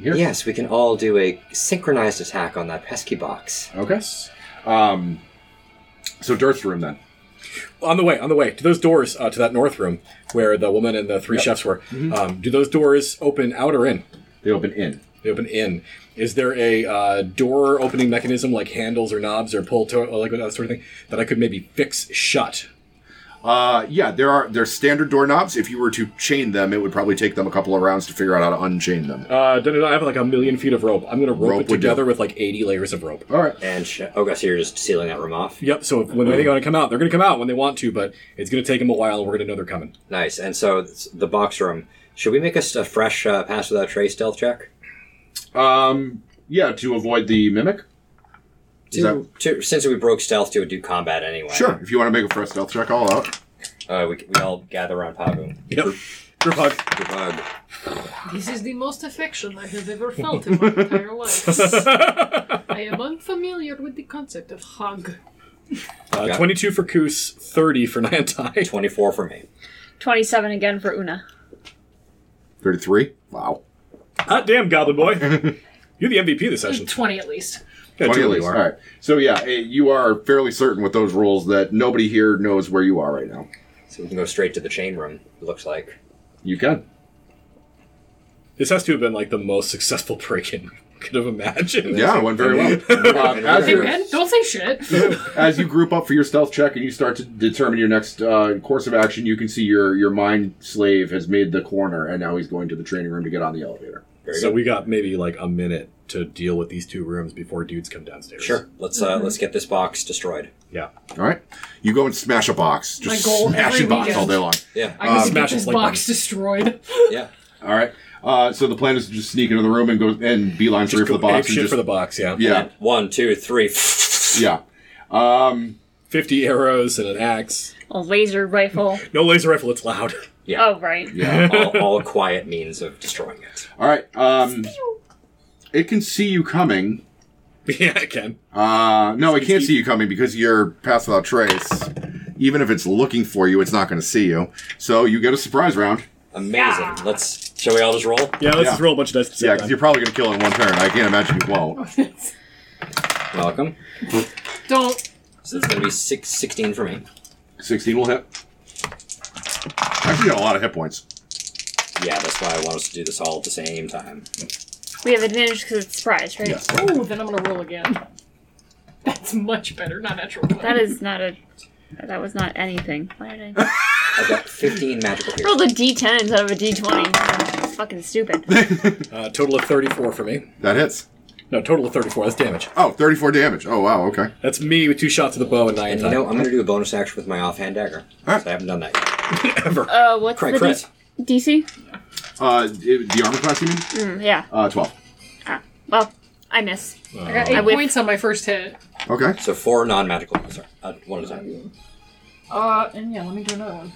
A: Here.
B: Yes, we can all do a synchronized attack on that pesky box.
A: Okay. Um so Dirt's room then.
C: on the way, on the way to those doors uh, to that north room where the woman and the three chefs were. Um, do those doors open out or in?
A: They open in.
C: They open in. Is there a uh, door opening mechanism like handles or knobs or pull to or like that sort of thing that I could maybe fix shut?
A: Uh, yeah, there are there's standard doorknobs. If you were to chain them, it would probably take them a couple of rounds to figure out how to unchain them.
C: Uh, no, no, no, I have like a million feet of rope. I'm gonna rope,
A: Rope
C: it
A: would do.
C: together with like 80 layers of rope.
A: All right.
B: And sh- oh, gosh, so you're just sealing that room off.
C: Yep. So when they want to come out, they're gonna come out when they want to, but it's gonna take them a while. and We're gonna know they're coming.
B: Nice. And so it's the box room. Should we make us a fresh uh, pass without trace stealth check?
A: Um, yeah, to avoid the mimic. Is
B: To,
A: that-
B: to, since we broke stealth to do combat anyway.
A: Sure. If you want to make a fresh stealth check, all out.
B: Uh, we, we all gather around Pagu.
C: Yep. Group hug.
B: Good bug.
E: This is the most affection I have ever felt in my entire life. I am unfamiliar with the concept of hug.
C: Uh,
B: Yeah.
C: 22 for Koos, 30 for Nantai.
B: 24 for me.
D: 27 again for Una.
A: Thirty-three. Wow.
C: Hot damn, Goblin (laughs) Boy. You're the MVP this session.
E: 20 at least.
C: Yeah,
A: Funny at
C: totally
A: least.
C: you
A: All
C: are.
A: right. So yeah, eh, you are fairly certain with those rules that nobody here knows where you are right now.
B: So we can go straight to the chain room, it looks like.
A: You can.
C: This has to have been like the most successful (laughs) break in could have imagined.
A: Yeah, it went very (laughs) well. Um, as,
E: Hey,
A: you,
E: man, don't say shit.
A: as you group up for your stealth check and you start to determine your next uh, course of action, you can see your your mind slave has made the corner and now he's going to the training room to get on the elevator.
B: Very
C: So
B: good.
C: we got maybe like a minute to deal with these two rooms before dudes come downstairs.
B: Sure. Let's uh,
A: Mm-hmm.
B: let's get this box destroyed.
C: Yeah.
A: All right, you go and smash a box.
E: My
A: Just
E: goal
A: smash
E: every
A: a box
E: weekend.
A: all day long.
B: Yeah.
E: I need to
C: smash
E: get this
C: this like
E: box destroyed. (laughs)
B: yeah.
A: All right. Uh, so the plan is to just sneak into the room and go and beeline through for the box.
C: Ape
A: And
C: shit
A: just,
C: for the box, yeah.
A: yeah,
B: One, two, three.
A: (laughs) yeah. Um,
C: 50 arrows and an axe.
D: A laser rifle.
C: No laser rifle, it's loud. (laughs)
B: Yeah.
D: Oh, right.
A: yeah.
B: all, all quiet means of destroying it.
A: All right. Um, it can see you coming.
C: yeah, it can.
A: Uh, no, it
C: It's
A: can't
C: easy.
A: see you coming because you're pass without trace. Even if it's looking for you, it's not going to see you. So you get a surprise round.
B: Amazing. Let's. Shall we all just roll?
C: Yeah, let's
A: Yeah.
C: just roll a bunch of dice. at the same
A: Yeah,
C: time.
A: because you're probably going to kill it in one turn. I can't imagine you won't.
B: Welcome.
E: Don't.
B: So it's going to be six, 16 for me.
A: Sixteen will hit. Actually, you got a lot of hit points.
B: Yeah, that's why I want us to do this all at the same time.
D: We have advantage because it's surprise, right?
A: Yes.
E: Ooh, then I'm gonna roll again. (laughs) That's much better. Not natural. one.
D: That is not a. That was not anything. Why did I (laughs)
B: I've got 15 magical here.
D: rolled a d10 instead of a d20? That's fucking stupid.
C: Uh, total of 34 for me.
A: That hits.
C: No, total of 34. That's damage.
H: Oh, 34 damage. Oh, wow. Okay.
C: That's me with two shots of the bow and nine
B: And you
C: attack.
B: know, I'm going to do a bonus action with my offhand dagger. 'cause I haven't done that yet.
C: Ever.
D: Uh, what's
B: Crit,
D: the
B: crit.
D: D- DC?
H: Uh, it- the armor class, you mean?
D: Mm, yeah.
H: Uh, 12.
D: Ah, well, I miss.
E: I got eight
D: I whiff.
E: Uh, points on my first hit.
H: Okay.
B: So four non-magical ones. Sorry, uh, one at a time.
E: Uh, and yeah, let me do another one.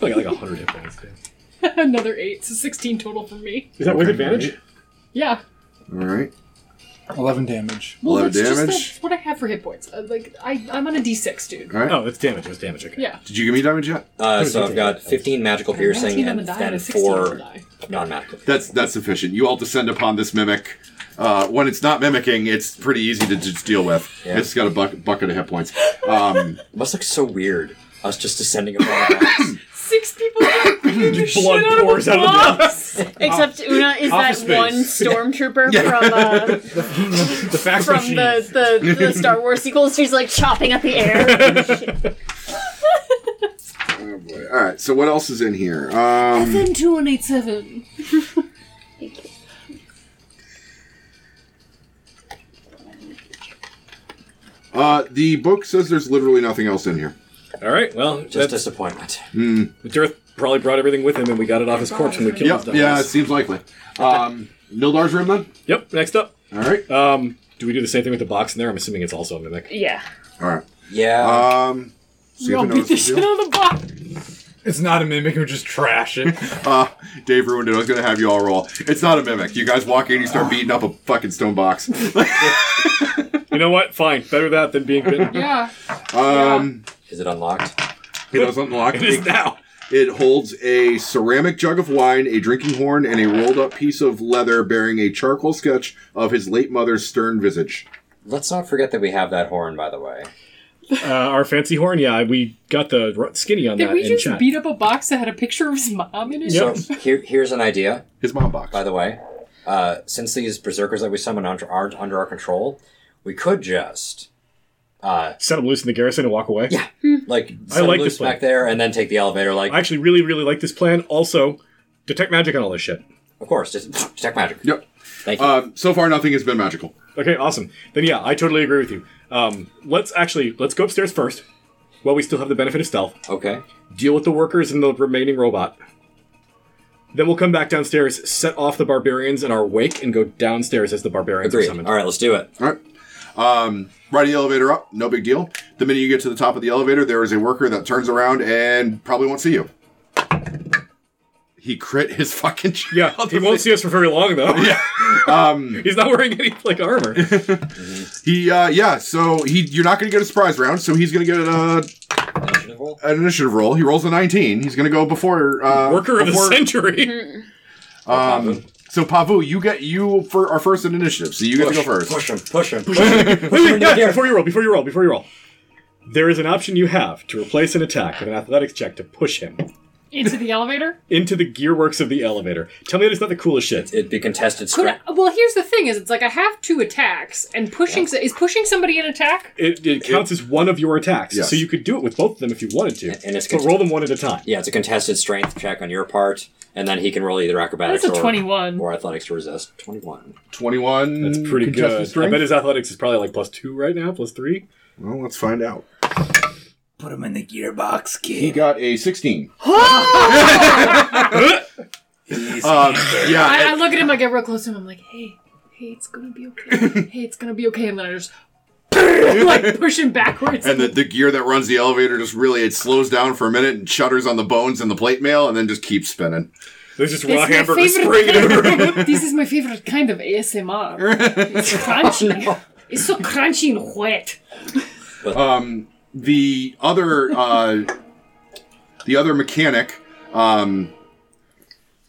C: I got like 100 hit points. dude.
E: (laughs) another eight, so 16 total for me.
C: Is that with advantage?
E: Yeah.
H: All right.
G: 11 damage.
E: Well,
H: Eleven
E: that's just
H: damage.
E: that's what I have for hit points. Uh, like I, I'm on a D6, dude.
H: All right.
C: Oh, it's damage. It was damage. Okay.
E: Yeah.
H: Did you give me damage yet?
B: Uh, so I've got 15 magical piercing
E: 19 on
B: and,
E: the die and a
B: and
E: 16 on
B: four
E: the die.
B: non-magical.
H: That's that's sufficient. You all descend upon this mimic. Uh, when it's not mimicking, it's pretty easy to just deal with.
B: Yeah.
H: It's got a buck- bucket of hit points. Um,
B: must look so weird. Us just descending upon a
C: (coughs)
B: box.
E: Six people (laughs) got beat the shit
C: Blood
E: out of
C: pours
E: a
C: out of the
E: box.
D: Except Una is that
G: Office space.
D: one stormtrooper
H: Yeah.
D: from
C: (laughs)
D: uh,
G: The fax
D: from
G: machine.
D: the, the the Star Wars sequels. She's like chopping up the air.
H: oh boy. All right. So what else is in here? Um,
E: Then 2187.
H: uh, the book says there's literally nothing else in here.
C: All right. Well,
B: Just
C: that's,
B: disappointment.
C: Dearth probably brought everything with him, and we got it off his corpse when we killed his
H: Yep. Yeah, it seems likely. Um, Mildar's room then.
C: Yep. Next up.
H: All right.
C: Um, do we do the same thing with the box in there? I'm assuming it's also a mimic.
D: (laughs) yeah.
H: All right.
B: Yeah.
C: Uh,
H: Um, see
E: We all
H: if I
E: beat
H: notice
A: (laughs)
E: the
H: the
E: shit
H: deal.
E: out of the box.
G: It's not a mimic, we just trash it.
H: Uh, Dave ruined it. I was going to have you all roll. It's not a mimic. You guys walk in, you
A: Oh.
H: start beating up a fucking stone box.
C: You know what? Fine. Better that than being
H: (laughs)
C: bitten.
E: Yeah.
H: um,
B: Is it unlocked?
H: it doesn't lock.
C: It is now.
H: It holds a ceramic jug of wine, a drinking horn, and a rolled up piece of leather bearing a charcoal sketch of his late mother's stern visage.
B: Let's not forget that we have that horn, by the way.
C: Uh, our fancy horn. Yeah, we got the r- skinny on
E: Did
C: that
E: we
C: in
E: just
C: chat.
E: beat up a box that had a picture of his mom in it?
C: Yep.
B: So here, here's an idea,
H: His mom box.
B: by the way. Uh, since these berserkers that we summon under, aren't under our control, we could just uh,
C: Set him loose in the garrison and walk away.
B: yeah, like set
C: like
B: loose
C: this plan.
B: back there and then take the elevator. Like,
C: I actually really, really like this plan. Also, detect magic on all this shit.
B: of course, just (clears throat) detect magic.
H: Yep.
B: Thank you.
H: Um, so far, nothing has been magical.
C: Okay, awesome. Then yeah, I totally agree with you. Um, let's actually let's go upstairs first. While we still have the benefit of stealth,
B: okay.
C: deal with the workers and the remaining robot. Then we'll come back downstairs, set off the barbarians in our wake, and go downstairs as the barbarians are
B: Agreed.
C: summoned.
B: All right, let's do it.
H: All right. Um, ride the elevator up. No big deal. The minute you get to the top of the elevator, there is a worker that turns around and probably won't see you. He crit his (laughs) fucking.
C: Yeah, he won't see us for very long though. (laughs) Yeah, um, he's not wearing any like armor.
H: He uh, yeah. So he you're not gonna get a surprise round. So he's gonna get a,
B: Initiative roll.
H: an initiative roll. He rolls a 19. He's gonna go before uh,
C: Worker of the
H: before-
C: century.
H: Um, so Pavu, you get you for our first initiative, so you get
B: Push,
H: to go first.
B: push him. Push him. Push
H: (laughs)
B: him.
C: Wait, wait, yeah,
B: here.
C: before you roll, before you roll, before you roll. There is an option you have to replace an attack with an athletics check to push him
E: Into the elevator?
C: into the gearworks of the elevator. Tell me that it's not the coolest shit.
B: It'd be contested
E: Could
B: strength.
E: I- well, here's the thing: is it's like I have two attacks, and pushing so- is pushing somebody an attack.
C: It, it counts as one of your attacks,
H: Yes.
C: so you could do it with both of them if you wanted to.
B: And it's
C: but
B: good.
C: roll them one at a time.
B: Yeah, it's a contested strength check on your part, and then he can roll either acrobatics
E: That's a
B: or,
E: 21.
B: or athletics to resist. 21.
H: Twenty-one.
C: That's pretty
H: contested
C: good. I
H: strength?
C: bet his athletics is probably like plus two right now, plus three.
H: well, let's find out.
F: Put him in the gearbox,
H: He
F: kid.
H: got a sixteen.
F: He's
H: Um, yeah.
E: I, I look at him, I get real close to him, I'm like, "Hey, hey, it's gonna be okay. hey, it's gonna be okay." And then I just (laughs) like push him backwards.
H: And the, the gear that runs the elevator just really it slows down for a minute and shudders on the bones and the plate mail and then just keeps spinning.
C: There's just
E: This
C: raw
E: is my
C: hamburger
E: favorite
C: spring in the room.
E: kind- (laughs) This is my favorite kind of ASMR. It's crunchy. It's so crunchy and wet.
H: The other uh, the other mechanic, um,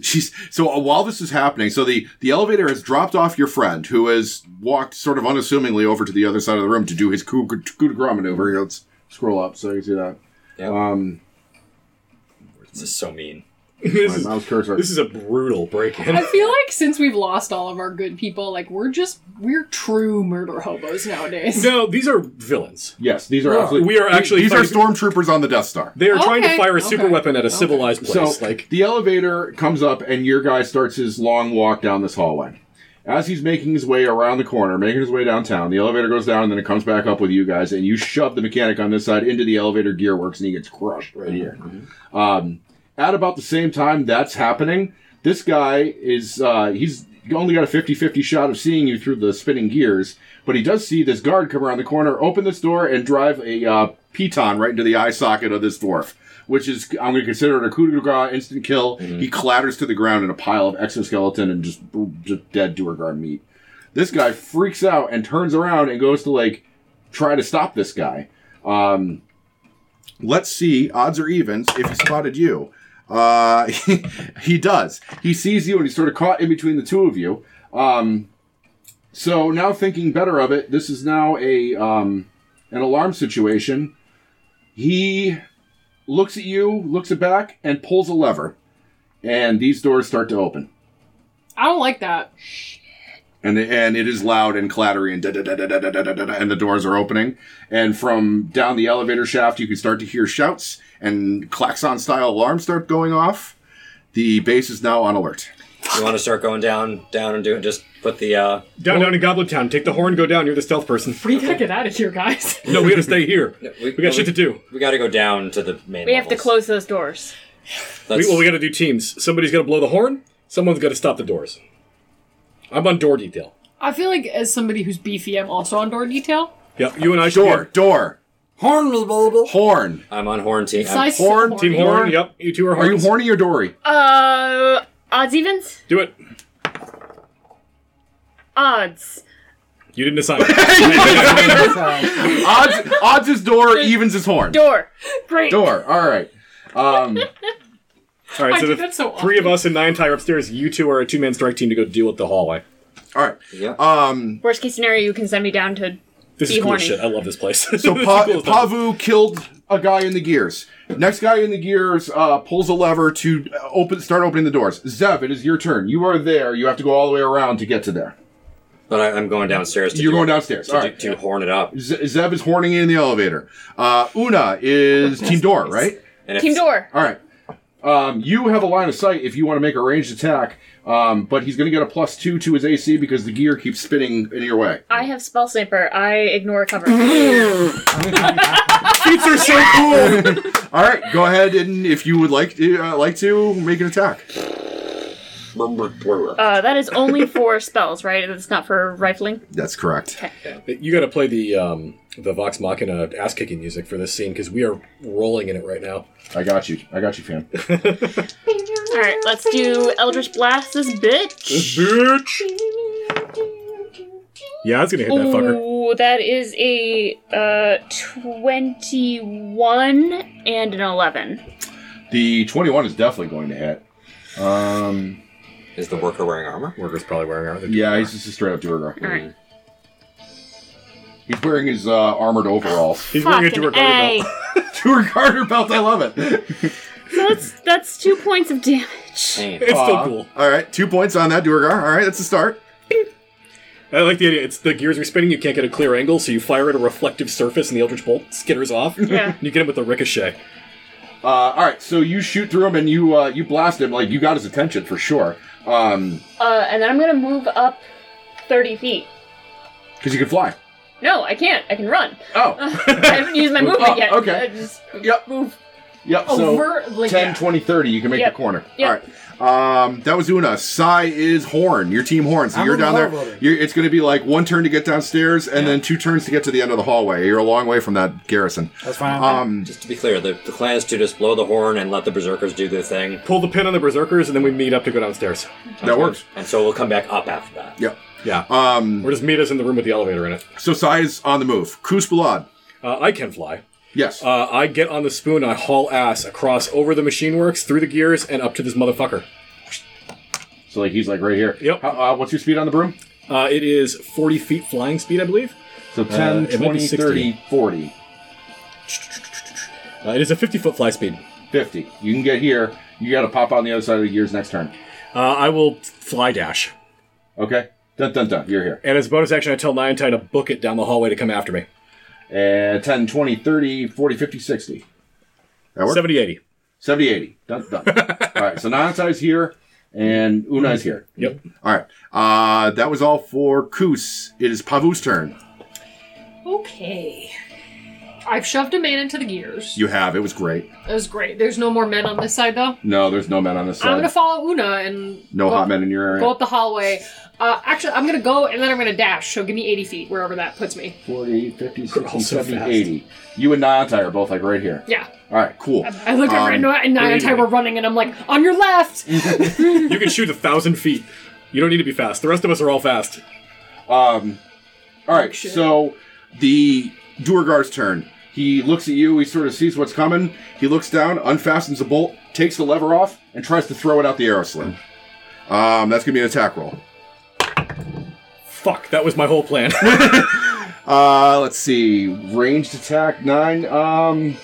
H: she's so while this is happening, so the the elevator has dropped off your friend who has walked sort of unassumingly over to the other side of the room to do his coup, coup de grace maneuver. Here, let's scroll up so you can see that.
B: Yeah.
H: Um,
B: This is so mean.
C: (laughs) this,
H: my
C: is,
H: mouse cursor.
C: this is a brutal break in.
E: I feel like since we've lost all of our good people, like we're just we're true murder hobos nowadays.
C: No, these are villains.
H: Yes, these are
F: Yeah.
H: absolutely.
C: We are actually
H: these are
C: fighting-
H: stormtroopers on the Death Star.
C: They are trying to
E: Okay,
C: fire a
E: okay,
C: super weapon at a
E: okay.
C: civilized place.
H: So
C: like
H: the elevator comes up, and your guy starts his long walk down this hallway.
A: As he's making his way around the corner, making his way downtown, the elevator goes down and then it comes back up with you guys, and you shove the mechanic on this side into the elevator gearworks, and he gets crushed right here.
C: Mm-hmm.
A: Um, at about the same time that's happening, this guy is, uh, he's only got a 50 50 shot of seeing you through the spinning gears, but he does see this guard come around the corner, open this door, and drive a uh, piton right into the eye socket of this dwarf. Which is, I'm going to consider it a coup de grace, instant kill. He clatters to the ground in a pile of exoskeleton and just, just dead Duergar meat. This guy freaks out and turns around and goes to like try to stop this guy. Um, let's see, odds or evens, if he spotted you. Uh, (laughs) he, does. He sees you and he's sort of caught in between the two of you. Um, so now thinking better of it, this is now a um, an alarm situation. He looks at you, looks at back, and pulls a lever, and these doors start to open.
E: I don't like that.
A: and the, and it is loud and clattery and da da da da da da da da da, and the doors are opening and from down the elevator shaft you can start to hear shouts and klaxon style alarms start going off the base is now on alert
B: You want to start going down, down and doing? Just put the. uh
C: Down, down in Goblin Town. Take the horn, go down. You're the stealth person.
E: We gotta get out of here, guys.
C: No, we gotta stay (laughs) here.
B: we-
C: we, got shit to do.
B: We got to go down to the main.
D: We have to
B: levels.
D: close those doors.
B: Let's,
C: We, well, we gotta do teams. Somebody's gotta blow the horn. Someone's gotta stop the doors. I'm on door detail.
E: I feel like as somebody who's beefy, I'm also on door detail.
C: Yep, you and I. should
A: door door
F: Horn me, baby.
A: horn
B: I'm on horn team. I'm-
E: Nice
A: Horn,
C: be- Team horn. Yep, you two are
A: are
C: horns.
A: you horny or dory
D: Uh, odds evens?
C: Do it.
D: Odds.
C: You didn't
E: (laughs)
C: decide.
F: That's
A: odds odds is door evens is horn
D: Door. Great.
A: door all right um
C: All right,
E: I
C: so
E: did
C: the
E: that so
C: three of
E: often.
C: us and nine tire upstairs. You two are a two-man strike team to go deal with the hallway.
A: all right
B: yeah.
H: Uh,
A: um
D: Worst case scenario, you can send me down to.
C: This
D: Be
C: is cool
D: horny.
C: shit. I love this place. (laughs)
A: So pa-
C: cool
A: Pavu killed a guy in the gears. Next guy in the gears uh, pulls a lever to uh, open, start opening the doors. Zev, it is your turn. You are there. You have to go all the way around to get to there.
B: but I, I'm going downstairs. To
A: You're
B: do,
A: going downstairs.
B: to,
A: All
B: do-
A: right.
B: to horn it up.
A: Z- Zev is horning in the elevator. Uh, Una is Team Door, right?
B: And if
D: Team Door.
A: All right. Um, you have a line of sight if you want to make a ranged attack, um, but he's going to get a plus two to his AC because the gear keeps spinning in your way.
D: I have Spell Sniper. I ignore cover.
C: Beats are so cool.
A: All right, go ahead and if you would like to, uh, like to make an attack.
D: uh, that is only for spells, right? That's not for rifling.
A: That's correct.
C: you got to play the um, the Vox Machina ass kicking music for this scene because we are rolling in it right now.
A: I got you. I got you, fam.
D: All right, let's do Eldritch Blast this bitch.
C: (laughs) Bitch. Yeah, I was gonna hit that fucker.
D: Ooh, that is a uh, 21 and an 11.
A: The 21 is definitely going to hit. Um,
B: Is the worker wearing armor?
C: Worker's probably wearing armor.
A: yeah, he's just a straight up
D: All
A: Duergar.
D: right.
A: He's wearing his uh, armored overalls. (laughs)
C: He's wearing a
D: Fucking
C: Duergar belt.
D: A.
A: Duergar belt, I love it.
D: So that's, that's two points of damage.
B: Damn.
C: It's still
A: Uh,
C: cool.
A: (laughs) All right, two points on that Duergar. All right, that's a start.
C: I like the idea. It's the gears are spinning. You can't get a clear angle, so you fire at a reflective surface, and the Eldritch Bolt skitters off.
D: Yeah.
C: you get him with the ricochet.
A: Uh, all right, so you shoot through him and you uh, you blast him like you got his attention for sure. Um,
D: Uh, and then I'm gonna move up 30 feet.
A: because you can fly.
D: No, I can't. I can run.
A: Oh,
D: (laughs) I haven't used my movement
A: Oh,
D: yet.
A: okay.
D: I just
A: yep,
D: move.
A: yep. So
E: Over, like,
A: 10,
E: yeah.
A: 20, 30, you can make
D: Oh, Yep.
A: the corner.
D: Yep.
A: All right. Um, that was Una. Sai is Horn. Your team Horn. So
F: I'm
A: you're
F: in
A: down
F: love
A: there.
F: with it.
A: You're, it's going to be like one turn to get downstairs and then two turns to get to the end of the hallway. You're a long way from that garrison.
F: fine.
A: Um,
B: Just to be clear, the, the plan is to just blow the horn and let the berserkers do their thing.
C: Pull the pin on the berserkers, and then we meet up to go downstairs.
A: that works.
B: And so we'll come back up after that.
A: Yep.
C: Yeah,
A: Um,
C: or just meet us in the room with the elevator in it.
A: so Sai is on the move. Kuz Balad.
C: Uh, I can fly.
A: Yes.
C: Uh, I get on the spoon. I haul ass across over the machine works, through the gears, and up to this motherfucker.
A: so like he's like right here.
C: Yep.
A: How, uh, what's your speed on the broom?
C: Uh, it is 40 feet flying speed, I believe.
A: So
C: Uh, it
A: 10,
C: might be
A: 20,
C: 60.
A: 30, 40,
C: Uh, it is a 50 foot fly speed.
A: 50. You can get here. You got to pop on the other side of the gears next turn.
C: Uh, I will fly dash.
A: Okay? Dun dun dun. You're here.
C: And as a bonus action, I tell Niantai to book it down the hallway to come after me.
A: Uh, 10, 20, 30, 40, 50, 60. That works?
C: 70 80. (laughs)
A: 70, 80. Dun, dun. All right, so Nancy's here. and Unai's here.
C: Yep.
A: All right. Uh, that was all for Koos. It is Pavu's turn.
E: Okay. I've shoved a man into the gears.
A: You have. It was great.
E: That was great. There's no more men on this side, though.
A: No, there's no men on this
E: I'm
A: side.
E: gonna follow Una and
A: no
E: go,
A: hot men in your area.
E: Go up the hallway. Uh, actually, I'm gonna go and then I'm gonna dash. So give me 80 feet wherever that puts me.
A: 40, 50, 60,
C: all so
A: 70,
C: fast.
A: 80. You and Niantai are both like right here.
E: Yeah.
A: All right, cool.
E: I look
A: Um,
E: over and Noah and Naya and I were running, and I'm like, on your left.
C: You can shoot a thousand feet. You don't need to be fast. The rest of us are all fast.
A: Um, all right,
E: shit.
A: so the Duergar's turn. He looks at you, he sort of sees what's coming. He looks down, unfastens the bolt, takes the lever off, and tries to throw it out the arrow sling. Um, that's going to be an attack roll.
C: Fuck, that was my whole
G: (laughs)
C: plan. (laughs)
A: Uh, let's see. Ranged attack, nine. Um,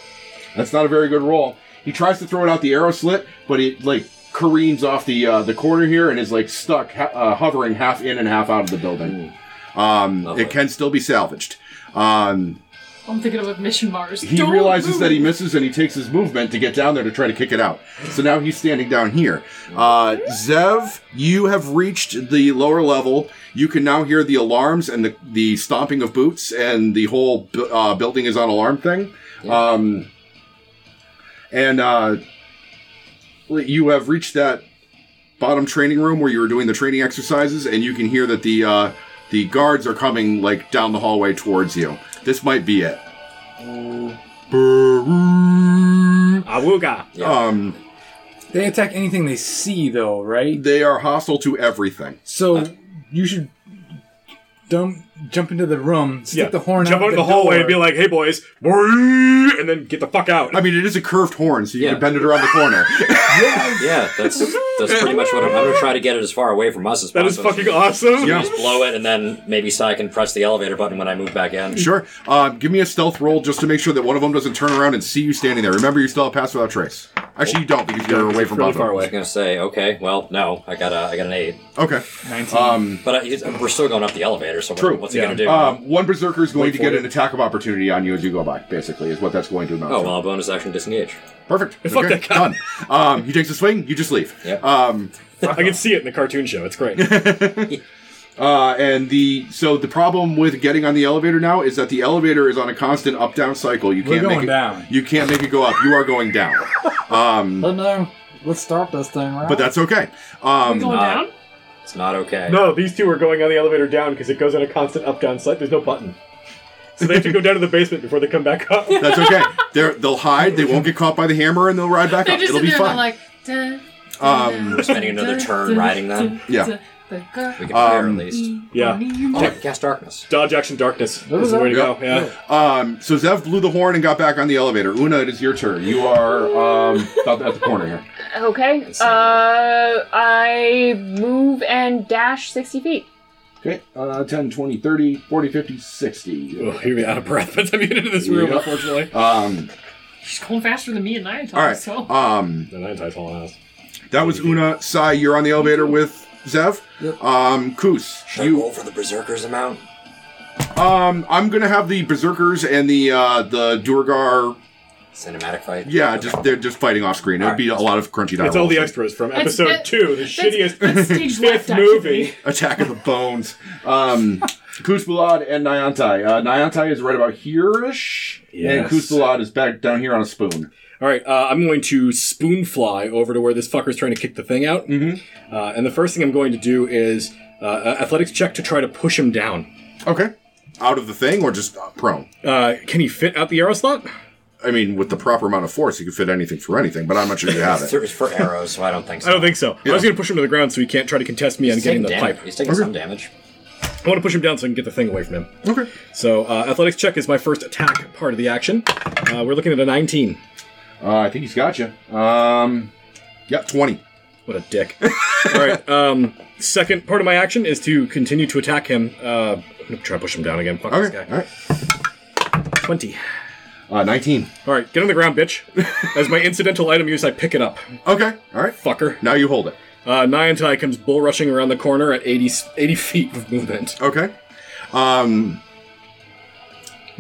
A: that's not a very good roll. He tries to throw it out the arrow slit, but it, like, careens off the uh, the corner here and is, like, stuck, ha- uh, hovering half in and half out of the building. Um,
B: Lovely.
A: it can still be salvaged. Um,
E: I'm thinking of Mission Mars.
A: He
E: Don't
A: realizes
E: move.
A: that he misses and he takes his movement to get down there to try to kick it out. So now he's standing down here. Uh, Zev, you have reached the lower level. You can now hear the alarms and the, the stomping of boots, and the whole bu- uh, building is on alarm thing. Um, and uh, you have reached that bottom training room where you were doing the training exercises, and you can hear that the uh, the guards are coming like down the hallway towards you. This might be it.
C: Awooga.
B: Yeah.
A: Um,
G: They attack anything they see, though, right?
A: They are hostile to everything.
G: So
C: Uh,
G: you should dump, jump into the room, stick the horn
C: Jump out
G: the,
C: the hallway and be
G: door.
C: like, "Hey boys," and then get the fuck out.
A: I mean, it is a curved horn, so you
B: Yeah.
A: can bend it around the corner. (laughs)
B: yeah, that's that's pretty much what I'm, I'm gonna try to get it as far away from us as
C: that is
B: possible.
C: fucking awesome.
A: Yeah.
B: Just blow it, and then maybe Sai can press the elevator button when I move back in.
A: sure. Um, give me a stealth roll just to make sure that one of them doesn't turn around and see you standing there. Remember, you still have pass without trace. Actually, you don't because you're away from
C: Really
A: both
C: far
A: of
B: I'm
C: away.
B: gonna say, okay, well, no, I got a, I got an eight,
A: them. Okay.
G: 19.
A: Um,
B: but I, he's- we're still going up the elevator. So what-
A: True.
B: what's he
C: Yeah.
B: gonna do?
A: um, one berserker is going
C: Wait
A: to get
C: for
A: an attack of opportunity on you as you go by. Basically, is what that's going to amount
B: oh,
A: to.
B: well, I'll bonus action disengage.
A: Perfect.
C: Fuck that guy.
A: Done. Um, he takes a swing. You just leave.
B: Yep.
A: Um,
C: (laughs) I can see it in the cartoon show. It's great.
A: Uh, and the so the problem with getting on the elevator now is that the elevator is on a constant up down cycle. You
G: We're
A: can't make
G: going
A: it
G: down.
A: You can't make it go up. You are going down. Um,
F: Oh no, let's stop this thing, right?
A: but that's okay.
E: We
A: Um,
E: going
B: Nah.
E: down?
B: It's not okay.
C: no, these two are going on the elevator down because it goes on a constant up down slide. There's no button, so they have to go down to the basement before they come back up.
A: that's okay. They're, they'll hide. They won't get caught by the hammer, and they'll ride back
E: They
A: up.
E: just
A: It'll be
E: sit there and
A: fine.
E: I'm like, dun,
A: um,
B: We're spending another turn riding them.
A: yeah.
E: The girl
B: We can fire
A: Um,
B: at least.
C: Yeah.
B: Oh, I can cast darkness.
C: Dodge action darkness. This is the way to go. Yeah.
A: Um, so Zev blew the horn and got back on the elevator. Una, it is your turn. You are um, about at the corner here.
D: Okay. Uh, I move and dash 60 feet.
A: Okay. Uh, 10, 20, 30, 40, 50, 60.
C: Oh, hear me out of breath (laughs) by the time you get into this room,
A: Yeah.
C: unfortunately.
A: Um,
E: Oh, She's going faster than me and Naya.
A: all right.
C: Uh,
E: So.
A: Um,
C: The nine ties falling out.
A: That was Una. Sai, you're on the elevator with Zev.
F: Yep.
A: Um, Koos,
B: Should I
A: you.
B: roll for the berserkers amount?
A: Um, I'm gonna have the berserkers and the uh, the Durgar.
B: Cinematic fight.
A: Yeah, just they're just fighting off screen. It'd
B: Alright.
A: be a lot of crunchy die
C: It's all the
A: rolls.
C: extras from
E: That's-
C: episode
E: that-
C: two, the shittiest
E: that's
C: (laughs)
E: stage
C: fifth
E: left,
C: movie.
A: attack of the bones. Um, Koos Balad and Niantai. Uh, Niantai is right about here-ish, and
C: Yes.
A: Koos Balad is back down here on a spoon.
C: All right, uh, I'm going to spoon fly over to where this fucker's trying to kick the thing out. Mm-hmm. Uh, and the first thing I'm going to do is uh, a- athletics check to try to push him down.
A: Okay, out of the thing or just uh, prone.
C: Uh, can he fit out the arrow slot?
A: I mean, with the proper amount of force, you could fit anything for anything. But I'm not sure you have
B: It's
A: it.
B: for- it's for arrows, so I don't think so.
C: I don't think so. I was going to push him to the ground so he can't try to contest me on
B: He's
C: getting
B: taking,
C: the
B: damage.
C: pipe.
B: He's taking some damage.
C: I want to push him down so I can get the thing away from him.
A: Okay.
C: So uh, athletics check is my first attack part of the action. Uh, we're looking at a 19.
A: Uh, I think he's got you. Um, yep, twenty.
C: What a
A: (laughs)
C: dick. All right. Um, second part of my action is to continue to attack him. Uh, I'm gonna try to push him down again. Fuck
A: Okay,
C: this guy.
A: all right.
C: 20.
A: Uh, 19.
C: All right, get on the ground, bitch. As my incidental item use, I pick it up.
A: Okay. All right.
C: Fucker.
A: Now you hold it.
C: Uh, Niantai comes bull rushing around the corner at 80, s- 80 feet of movement.
A: Okay. Um,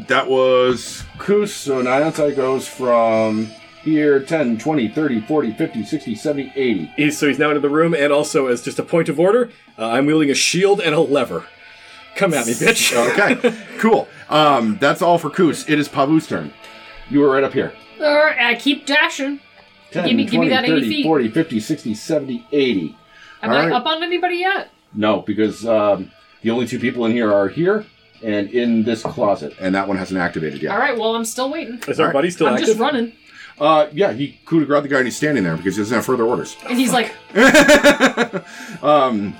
A: that was Kus. So Niantai goes from
H: Here, 10, 20, 30, 40, 50, 60, 70, 80.
C: He's, so he's now into the room, and also as just a point of order, uh, I'm wielding a shield and a lever. Come at me, bitch.
H: Okay, cool. Um, that's all for Koos. It is Pavu's turn. You were right up here.
E: Alright, I keep dashing.
H: 10,
E: Give me- give me
H: 20,
E: that 80
H: 30,
E: feet.
H: 40, 50, 60, 70, 80.
E: Am
H: All
E: I
H: right.
E: up on anybody yet?
H: No, because um, the only two people in here are here and in this closet, and that one hasn't activated yet.
E: Alright, well, I'm still waiting.
C: (laughs) Is our
H: Alright.
C: buddy still
E: I'm
C: active?
E: just running.
H: Uh, yeah, he coup de grace the guy and he's standing there because he doesn't have further orders.
E: And
C: (laughs)
E: he's like,
H: um,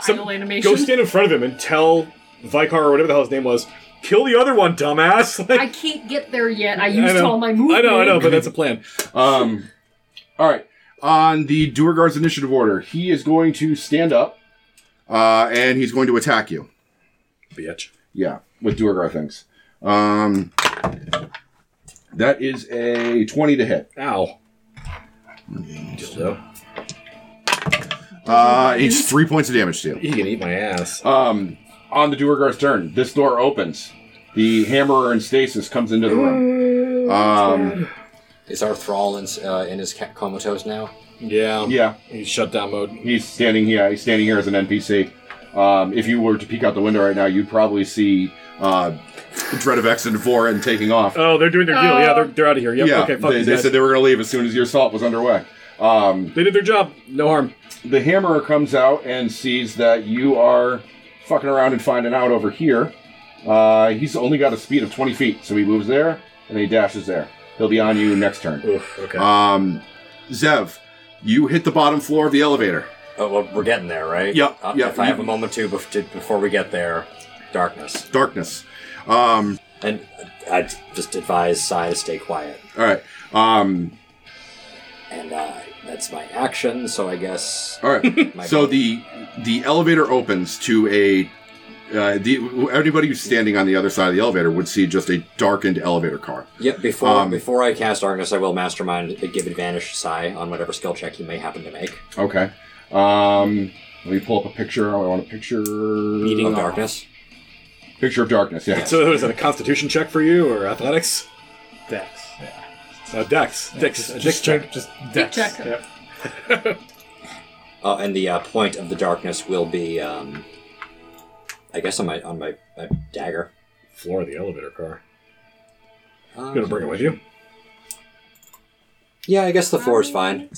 C: Some-
E: idle animation.
C: Go stand in front of him and tell Vicar or whatever the hell his name was, kill the other one, dumbass. (laughs) Like,
E: I can't get there yet.
C: I
E: I used
C: know.
E: all my movement.
C: I know, I know, but that's a plan.
H: um, all right. On the Duergar's initiative order, he is going to stand up uh, and he's going to attack you.
C: Bitch.
H: Yeah, with Duergar things. Um, that is a 20 to hit.
C: Ow. Dildo.
H: Uh, it's three points of damage to you.
C: He can eat my ass.
H: Um, on the Duergar's turn, this door opens. The hammerer in stasis comes into the room. Um,
B: Is our thrall in, uh, in his ca- comatose now?
C: yeah.
H: yeah,
C: He's shut down mode.
H: he's standing here. He's standing here as an NPC. Um, if you were to peek out the window right now, you'd probably see uh, Dread of X and Voran taking off.
C: Oh, they're doing their deal. Yeah, they're, they're out of here. Yep.
H: yeah,
C: okay, fuck
H: they,
C: these
H: they
C: guys.
H: said they were going to leave as soon as your assault was underway. Um,
C: They did their job. No harm.
H: the hammerer comes out and sees that you are fucking around and finding out over here. Uh, he's only got a speed of 20 feet, so he moves there and he dashes there. He'll be on you next turn.
C: Oof, okay.
H: Um, Zev, you hit the bottom floor of the elevator.
B: Oh, well, we're getting there, right?
H: Yep,
B: Uh,
H: yep.
B: If I have a moment or two bef- to- before we get there, darkness.
H: Darkness. Um,
B: And I just advise Sai to stay quiet.
H: all right. Um,
B: And uh, that's my action, so I
H: (laughs)
B: guess. (laughs)
H: all right.
B: My
H: so the the elevator opens to a. Uh, the, everybody who's standing on the other side of the elevator would see just a darkened elevator car.
B: Yep, before
H: Um,
B: before I cast Darkness, I will mastermind uh, give advantage to Sai on whatever skill check he may happen to make.
H: Okay. Um, let me pull up a picture. I want a picture.
B: Meeting Darkness.
H: Picture of darkness. Yeah.
C: So what is that a constitution check for you or athletics?
G: Dex. Yeah.
C: Uh, Dex. Dex.
G: Just,
C: Dex
G: just
C: check.
G: check. Just Dex.
E: check.
G: Yep.
B: Uh, and the uh, point of the darkness will be, um, I guess, on my on my, my dagger.
C: Floor of the elevator car.
B: Um,
C: You gonna bring it with you?
B: Yeah, I guess the four is fine.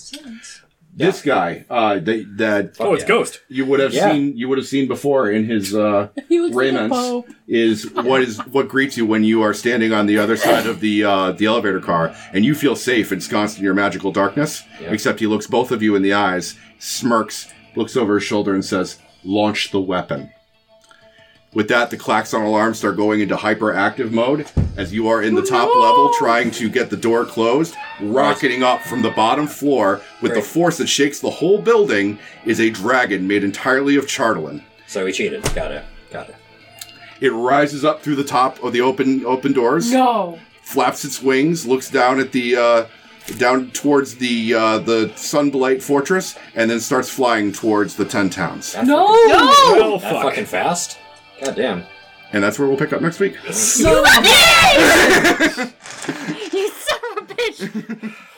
H: This guy uh, that that
C: Oh, it's
B: yeah.
C: Ghost.
H: you would have
B: Yeah.
H: seen you would have seen before in his uh,
E: He looks
H: raiments is what is what greets you when you are standing on the other side of the uh, the elevator car and you feel safe ensconced in your magical darkness.
B: Yeah.
H: Except he looks both of you in the eyes, smirks, looks over his shoulder, and says, "Launch the weapon." With that, the klaxon alarms start going into hyperactive mode as you are in the top level trying to get the door closed. Rocketing up from the bottom floor with the
B: Great.
H: force that shakes the whole building is a dragon made entirely of chardelin.
B: So he cheated. Got it. Got it.
H: It rises up through the top of the open open doors,
E: No.
H: flaps its wings, looks down at the uh, down towards the uh, the Sunblight Fortress, and then starts flying towards the Ten Towns.
B: That
E: No.
B: fucking-
E: No.
C: Well,
B: That
C: Oh, fuck.
B: fucking fast. God damn.
H: And that's where we'll pick up next week.
E: Son of a-
C: (laughs)
D: (laughs) You son of a bitch!